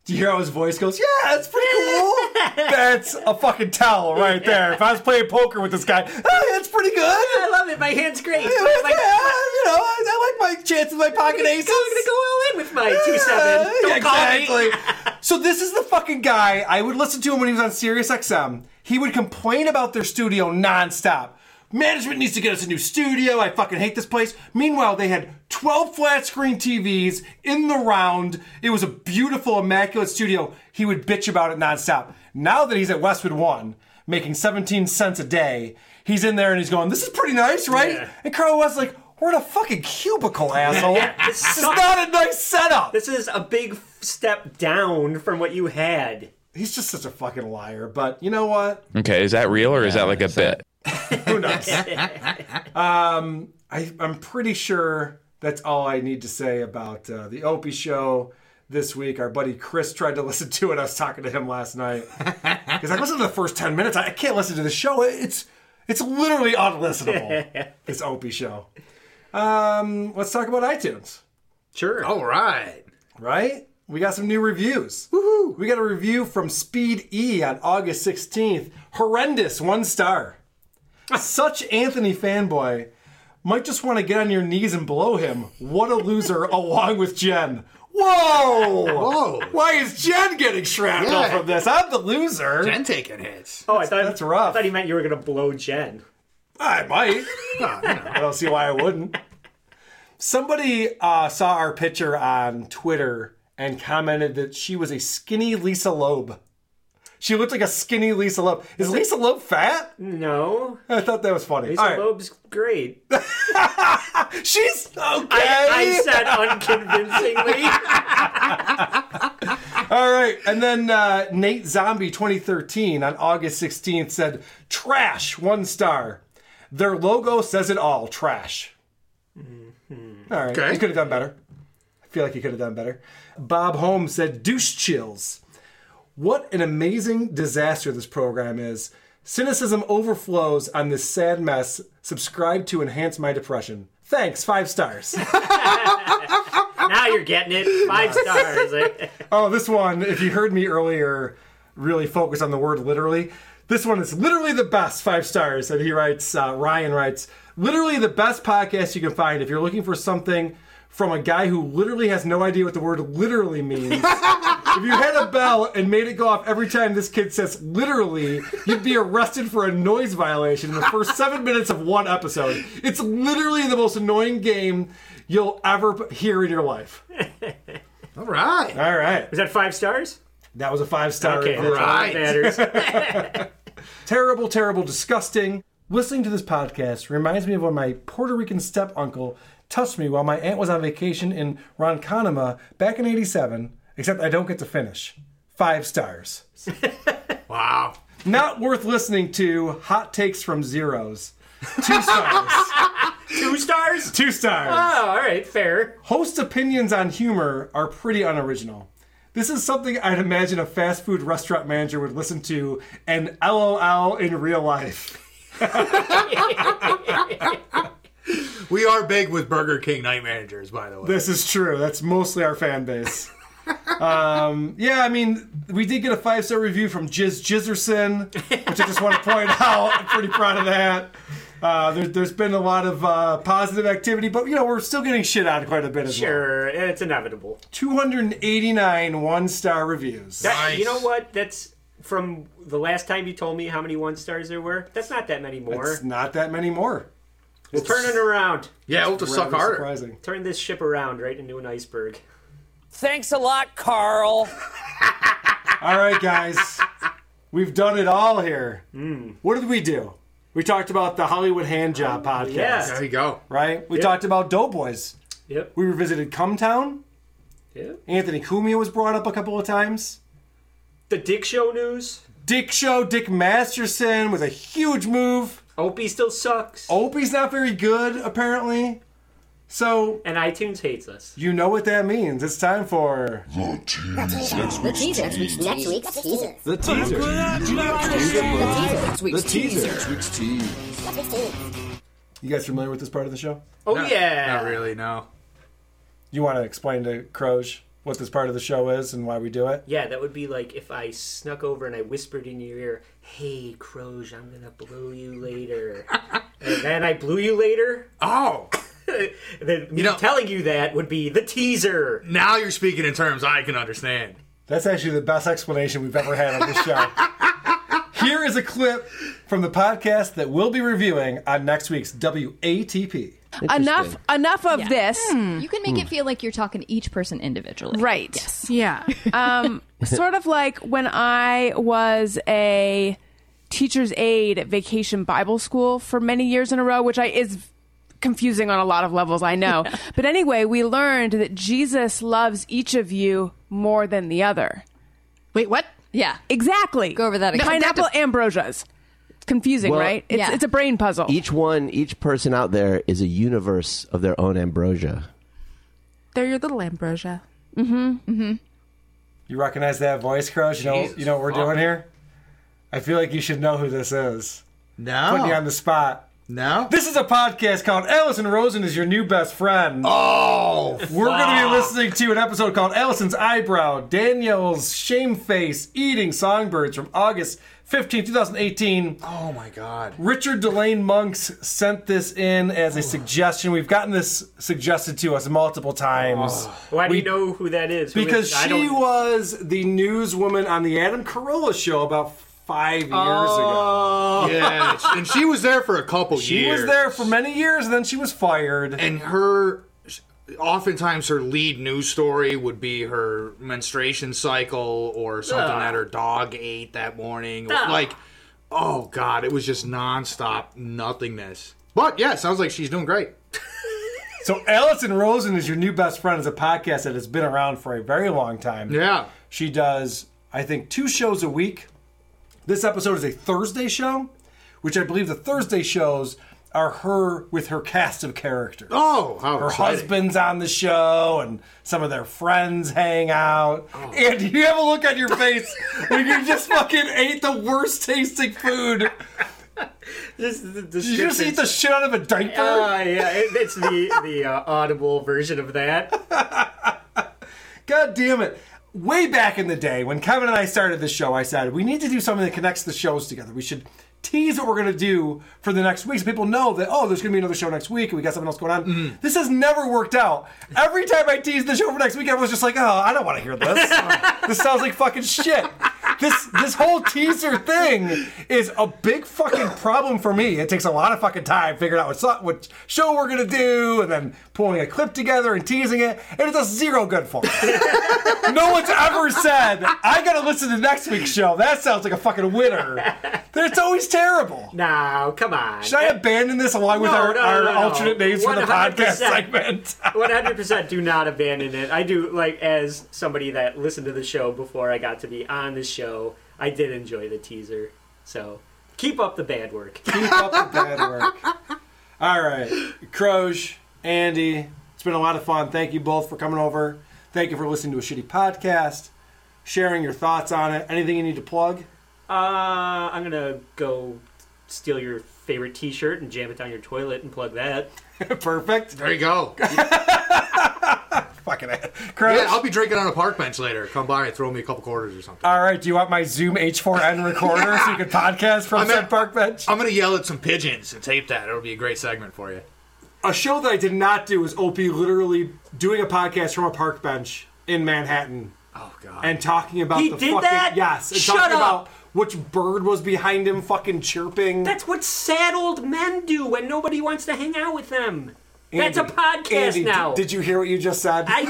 Speaker 3: Do you hear how his voice goes? Yeah, that's pretty
Speaker 6: [LAUGHS]
Speaker 3: cool. that's a fucking towel right there. If I was playing poker with this guy, oh, that's pretty good. I
Speaker 6: love it. My hand's great.
Speaker 3: Yeah,
Speaker 6: My- my-
Speaker 3: yeah, you know, I, I like my chances, my pocket
Speaker 6: I'm gonna
Speaker 3: aces.
Speaker 6: go- I'm gonna go all in with my 2-7. Don't
Speaker 3: yeah,
Speaker 6: call me.
Speaker 3: exactly.
Speaker 6: [LAUGHS]
Speaker 3: so this is the fucking guy I would listen to him when he was on SiriusXM. He would complain about their studio nonstop. Management needs to get us a new studio. I fucking hate this place. Meanwhile, they had 12 flat screen TVs in the round. It was a beautiful, immaculate studio. He would bitch about it nonstop. Now that he's at Westwood One, making 17 cents a day, he's in there and he's going, This is pretty nice, right? And Carl West's like, We're in a fucking cubicle,
Speaker 6: [LAUGHS]
Speaker 3: asshole. this is not a nice setup.
Speaker 6: This is a big step down from what you had.
Speaker 3: He's just such a fucking liar, but you know what?
Speaker 9: Okay, is that real or is that like a bit?
Speaker 3: [LAUGHS] Who knows? um, I, I'm pretty sure that's all I need to say about uh, the Opie show this week. Our buddy Chris tried to listen to it. I was talking to him last night because I listened to the first ten minutes. I, I can't listen to the show. It- It's it's literally unlistenable. this Opie show. Um, let's talk about iTunes.
Speaker 6: Sure.
Speaker 4: All right.
Speaker 3: Right? We got some new reviews. Woohoo! We got a review from Speed E on August 16th. Horrendous, one star. Such Anthony fanboy. Might just want to get on your knees and blow him. What a loser, [LAUGHS] along with Jen. Whoa!
Speaker 4: Whoa.
Speaker 3: Why is Jen getting shrapnel
Speaker 6: Yeah.
Speaker 3: from this? I'm the loser.
Speaker 4: Jen taking hits.
Speaker 6: Oh, I thought that's rough. I thought he meant you were gonna blow Jen.
Speaker 3: I might. I don't see why I wouldn't. Somebody uh, saw our picture on Twitter and commented that she was a skinny Lisa Loeb. She looked like a skinny Lisa Loeb. Is Lisa Loeb fat?
Speaker 6: No.
Speaker 3: I thought that was funny.
Speaker 6: Lisa
Speaker 3: All right.
Speaker 6: Loeb's great.
Speaker 3: She's okay.
Speaker 6: I, I said
Speaker 3: [LAUGHS]
Speaker 6: unconvincingly.
Speaker 3: All right. And then uh, Nate Zombie 2013 on August 16th said, Trash, one star. Their logo says it all, trash. All right.
Speaker 4: Okay.
Speaker 3: He could have done better. I feel like he could have done better. Bob Holmes said, Deuce chills. What an amazing disaster this program is. Cynicism overflows on this sad mess. Subscribe to enhance my depression. Thanks, five stars.
Speaker 6: now you're getting it.
Speaker 3: [LAUGHS]
Speaker 6: Five stars. eh?
Speaker 3: oh, this one, if you heard me earlier, really focus on the word literally. This one is literally the best, five stars. And he writes, uh, Ryan writes, literally the best podcast you can find if you're looking for something from a guy who literally has no idea what the word literally means. if you had a bell and made it go off every time this kid says literally, you'd be arrested for a noise violation in the first seven minutes of one episode. It's literally the most annoying game you'll ever hear in your life.
Speaker 4: All right.
Speaker 3: All right.
Speaker 6: Was that five stars?
Speaker 3: That was a five star.
Speaker 6: Okay, that's all that
Speaker 4: [LAUGHS]
Speaker 6: matters.
Speaker 3: terrible, terrible, disgusting. Listening to this podcast reminds me of when my Puerto Rican step uncle touched me while my aunt was on vacation in Ronconema back in 87, except I don't get to finish. Five
Speaker 6: [LAUGHS]
Speaker 3: stars.
Speaker 4: wow.
Speaker 3: Not worth listening to. Hot takes from zeros. Two stars.
Speaker 6: [LAUGHS] Two stars?
Speaker 3: Two stars.
Speaker 6: Oh, all right, fair.
Speaker 3: Host opinions on humor are pretty unoriginal. This is something I'd imagine a fast food restaurant manager would listen to and LOL in real life.
Speaker 4: We are big with Burger King night managers, by the way.
Speaker 3: This is true. That's mostly our fan base. um, yeah, I mean, we did get a five star review from Jizz Jizzerson, which I just want to point out. I'm pretty proud of that. Uh, there, there's been a lot of uh, positive activity, but you know we're still getting shit out quite a bit as well.
Speaker 6: Sure, it's inevitable.
Speaker 3: 289 one star reviews.
Speaker 6: That- You know what? That's from the last time you told me how many one stars there were. That's not that many more.
Speaker 3: It's not that many more.
Speaker 6: It's turning around.
Speaker 4: Yeah, we'll have to suck
Speaker 3: Rather
Speaker 4: harder.
Speaker 3: Surprising.
Speaker 6: Turn this ship around right into an iceberg.
Speaker 5: Thanks a lot, Carl.
Speaker 3: All right, guys, we've done it all here.
Speaker 6: Hmm.
Speaker 3: What did we do? We talked about the Hollywood Hand Job podcast.
Speaker 6: Oh, yeah. There you
Speaker 4: go.
Speaker 3: Right. We
Speaker 6: Yep.
Speaker 3: talked about Doughboys.
Speaker 6: Yep.
Speaker 3: We revisited Cumtown.
Speaker 6: Yep.
Speaker 3: Anthony Cumia was brought up a couple of times.
Speaker 6: The Dick Show news.
Speaker 3: Dick Show, Dick Masterson with a huge move.
Speaker 6: Opie still sucks.
Speaker 3: Opie's not very good, apparently. So
Speaker 6: and iTunes hates us.
Speaker 3: you know what that means. It's time for
Speaker 21: The teaser. Next week's teaser.
Speaker 3: the teaser. The teaser. You guys familiar with this part of the show?
Speaker 6: Oh yeah.
Speaker 4: Not really, no.
Speaker 3: You want to explain to Croge what this part of the show is and why we do it?
Speaker 6: Yeah, that would be like if I snuck over and I whispered in your ear, "Hey, Croge, I'm gonna blow you
Speaker 4: [LAUGHS]
Speaker 6: later," and then I blew you later.
Speaker 4: Oh.
Speaker 6: [LAUGHS] then me telling you that would be the teaser.
Speaker 4: Now you're speaking in terms I can understand.
Speaker 3: That's actually the best explanation we've ever had on this
Speaker 6: [LAUGHS]
Speaker 3: show. Here is a clip from the podcast that we'll be reviewing on next week's WATP.
Speaker 10: Enough enough of this.
Speaker 15: You can make it feel like you're talking to each person individually.
Speaker 10: Right. Yes. [LAUGHS] Yeah. Um, sort of like when I was a teacher's aide at Vacation Bible School for many years in a row, which I is confusing on a lot of levels, I [LAUGHS] know. but anyway, we learned that Jesus loves each of you more than the other. Wait, what?
Speaker 15: Yeah.
Speaker 10: Exactly. Go over that
Speaker 15: again.
Speaker 10: Pineapple ambrosias. It's confusing,
Speaker 18: Well,
Speaker 10: right? It's,
Speaker 15: yeah.
Speaker 10: it's a brain puzzle.
Speaker 18: Each one, each person out there is a universe of their own ambrosia.
Speaker 10: They're your little ambrosia. Mm-hmm. Mm-hmm.
Speaker 3: You recognize that voice, Crouch? You know, you know what we're doing here. I feel like you should know who this is.
Speaker 4: No,
Speaker 3: putting you on the spot.
Speaker 4: No,
Speaker 3: this is a podcast called Allison Rosen is your new best friend.
Speaker 4: Oh,
Speaker 3: we're going to
Speaker 4: fuck.
Speaker 3: be listening to an episode called Allison's eyebrow, Danielle's shame face, eating songbirds from August 15, 2018.
Speaker 4: Oh my god.
Speaker 3: Richard Delane Monks sent this in as a suggestion. We've gotten this suggested to us multiple
Speaker 4: Oh.
Speaker 3: times.
Speaker 6: Why do
Speaker 3: We-
Speaker 6: you know who that is? Who
Speaker 3: because
Speaker 6: is- I
Speaker 3: she
Speaker 6: don't-
Speaker 3: was the newswoman on the Adam Carolla show about five years
Speaker 4: Oh.
Speaker 3: ago.
Speaker 4: Yeah, and she was there for a couple
Speaker 3: She was
Speaker 4: years.
Speaker 3: there for many years, and then she was fired.
Speaker 4: And her, oftentimes her lead news story would be her menstruation cycle or something
Speaker 5: Ah.
Speaker 21: Ugh.
Speaker 4: that her dog ate that morning.
Speaker 21: Ugh.
Speaker 4: Like, oh god, it was just nonstop nothingness. But yeah, it sounds like she's doing great.
Speaker 3: So Allison Rosen is your new best friend is a podcast that has been around for a very long time.
Speaker 4: Yeah.
Speaker 3: She does, I think, two shows a week. This episode is a Thursday show, which I believe the Thursday shows are her with her cast of characters.
Speaker 4: Oh, how
Speaker 3: her
Speaker 4: exciting.
Speaker 3: husband's on the show and some of their friends hang out.
Speaker 4: Oh.
Speaker 3: And you have a look on your face when you just fucking ate the worst tasting food.
Speaker 6: This is the
Speaker 3: Did you just eat the shit out of a diaper?
Speaker 6: Ah, yeah, it- it's the the uh, audible version of that.
Speaker 3: God damn it. Way back in the day, when Kevin and I started this show, I said, we need to do something that connects the shows together. We should tease what we're going to do for the next week so people know that, oh, there's going to be another show next week and we got something else going on. This has never worked out. Every time I teased the show for next week, I was just like, oh, I don't want to hear this. this sounds like fucking shit. This this whole teaser thing is a big fucking problem for me. It takes a lot of fucking time figuring out what, what show we're gonna do, and then pulling a clip together and teasing it, and it does zero good for me. [LAUGHS] no one's ever said, I gotta listen to next week's show. That sounds like a fucking winner. That's always terrible.
Speaker 6: No, Oh, come on.
Speaker 3: Should I abandon this along with
Speaker 6: No,
Speaker 3: our,
Speaker 6: no,
Speaker 3: our
Speaker 6: no, no.
Speaker 3: alternate names for the podcast [LAUGHS]
Speaker 6: 100%.
Speaker 3: segment?
Speaker 6: 100% do not abandon it. I do, like, as somebody that listened to the show before I got to be on the show, I did enjoy the teaser. So keep up the bad work.
Speaker 3: Keep up the bad work. All right, Croge, Andy, it's been a lot of fun. Thank you both for coming over. Thank you for listening to a shitty podcast, sharing your thoughts on it. Anything you need to plug?
Speaker 6: Uh, I'm going to go steal your favorite t shirt and jam it down your toilet and plug that.
Speaker 3: [LAUGHS] Perfect.
Speaker 4: There you go.
Speaker 3: [LAUGHS] Fucking it.
Speaker 4: Yeah, I'll be drinking on a park bench later. Come by and throw me a couple quarters or something.
Speaker 3: All right, do you want my Zoom H4n recorder so you can podcast
Speaker 4: [LAUGHS]
Speaker 3: from said park bench?
Speaker 4: I'm gonna yell at some pigeons and tape that. It'll be a great segment for you.
Speaker 3: A show that I did not do is Opie literally doing a podcast from a park bench in Manhattan. Oh god. And talking about
Speaker 6: He
Speaker 3: the
Speaker 6: did
Speaker 3: fucking
Speaker 6: that?
Speaker 3: yes, and
Speaker 6: Shut
Speaker 3: talking
Speaker 6: up.
Speaker 3: about which bird was behind him fucking chirping.
Speaker 6: That's what sad old men do when nobody wants to hang out with them. That's a
Speaker 3: Andy,
Speaker 6: podcast
Speaker 3: Andy, d-
Speaker 6: now.
Speaker 3: Did you hear what you just said?
Speaker 6: I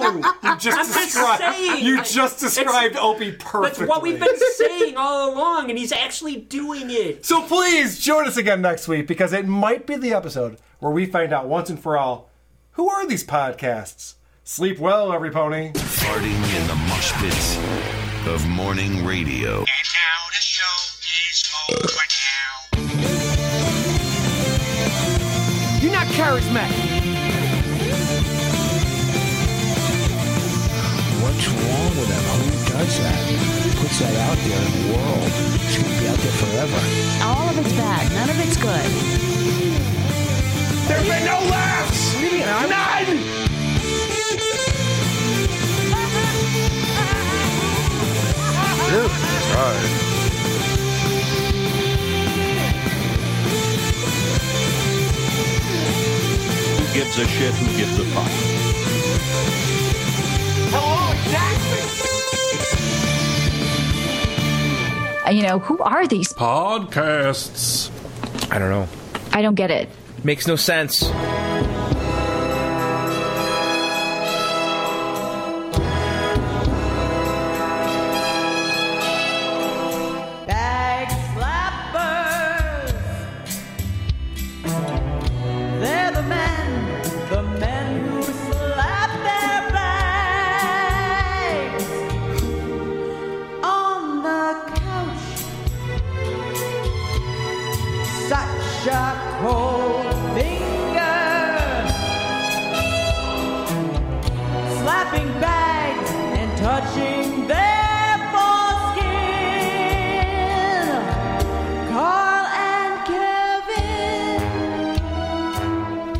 Speaker 3: [LAUGHS]
Speaker 6: know.
Speaker 3: you just
Speaker 6: I'm just
Speaker 3: described.
Speaker 6: saying.
Speaker 3: you
Speaker 6: I-
Speaker 3: just described Opie perfectly.
Speaker 6: That's what we've been saying all along, and he's actually doing it.
Speaker 3: So please join us again next week because it might be the episode where we find out once and for all who are these podcasts. Sleep well, every pony.
Speaker 21: Farting in the mosh pits of morning radio. And now
Speaker 24: You're not charismatic.
Speaker 8: What's wrong with him? Who does that? Puts that out there in the world. It's going to be out there forever.
Speaker 2: All of it's bad. None of it's good.
Speaker 8: There's been no laughs! None!
Speaker 21: Who gives a shit? Who gives a fuck?
Speaker 8: Hello,
Speaker 2: Uh, You know, who are these?
Speaker 21: Podcasts. I don't know.
Speaker 2: I don't get it.
Speaker 17: Makes no sense.
Speaker 2: Bag slappers. They're the men, the men who slap their bags on the couch. Such a cold finger, slapping bags and touching their foreskin. Carl and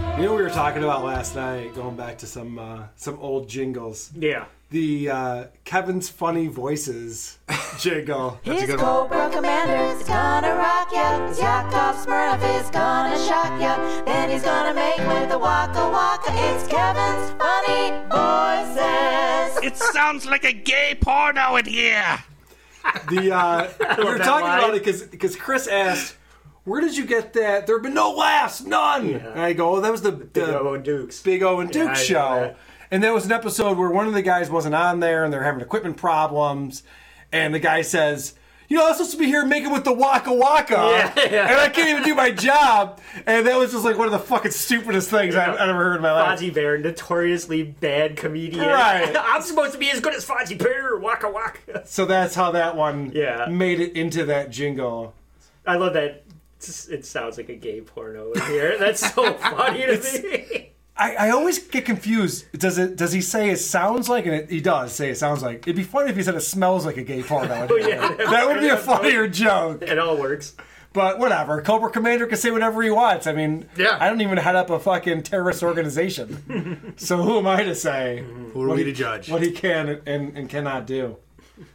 Speaker 2: Kevin.
Speaker 3: You know, we were talking about last night, going back to some uh, some old jingles.
Speaker 6: Yeah.
Speaker 3: The uh, Kevin's funny voices jingle. That's
Speaker 2: His Cobra Commander is gonna rock ya. His Yakov Smirnoff is gonna shock ya. Then he's gonna make with the Waka Waka. It's Kevin's funny voices.
Speaker 8: It sounds like a gay porno in here!
Speaker 3: The uh, we were
Speaker 8: that
Speaker 3: talking
Speaker 8: line.
Speaker 3: about it because Chris asked, "Where did you get that? There have been no laughs, none." And I go, "Oh, that was the, Big O and Duke's Big O and
Speaker 6: Yeah,
Speaker 3: Duke
Speaker 6: I know
Speaker 3: show."
Speaker 6: that.
Speaker 3: And there was an episode where one of the guys wasn't on there, and they're having equipment problems, and the guy says. You know, I was supposed to be here making with the waka waka,
Speaker 8: Yeah, yeah.
Speaker 3: and I can't even do my job. And that was just like one of the fucking stupidest things I've I've ever heard in my life.
Speaker 6: Fozzie Bear, notoriously bad
Speaker 3: [LAUGHS]
Speaker 6: comedian.
Speaker 3: Right.
Speaker 6: I'm supposed to be as good as Fozzie Bear. Waka waka.
Speaker 3: So that's how that one made it into that jingle.
Speaker 6: I love that. It's- It sounds like a gay porno in here. That's
Speaker 3: [LAUGHS]
Speaker 6: so funny to me.
Speaker 3: I, I always get confused. Does it? Does he say it sounds like? And it, he does say it sounds like. It'd be funny if he said it smells like a gay porno.
Speaker 6: [LAUGHS] Oh, yeah.
Speaker 3: [LAUGHS] that would
Speaker 6: [LAUGHS]
Speaker 3: be a funnier joke.
Speaker 6: It all works.
Speaker 3: But whatever. Cobra Commander can say whatever he wants. I mean, yeah. I don't even head up a fucking terrorist [LAUGHS] organization. so who am I to say? Who
Speaker 16: are we to
Speaker 3: judge? What he can and, and cannot do.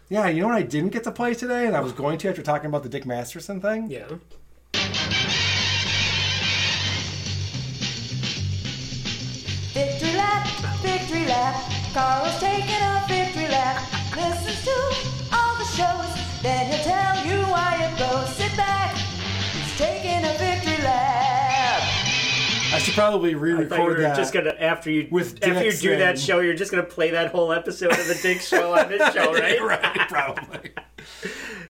Speaker 3: Yeah, you know what I didn't get to play today, and I was going to after talking about the Dick Masterson thing.
Speaker 6: Yeah.
Speaker 2: Victory lap, victory lap. Carl's taking a victory lap. Listens to all the shows, then he'll tell you why it goes. Sit back, he's taking a victory lap.
Speaker 3: I should probably
Speaker 6: I thought you were
Speaker 3: re-record that.
Speaker 6: just gonna after you
Speaker 3: With
Speaker 6: after you
Speaker 3: Dick's
Speaker 6: do that
Speaker 3: thing.
Speaker 6: show,
Speaker 3: [LAUGHS]
Speaker 6: you're just gonna play that whole episode of the Dick Show on this show, right?
Speaker 3: right, probably.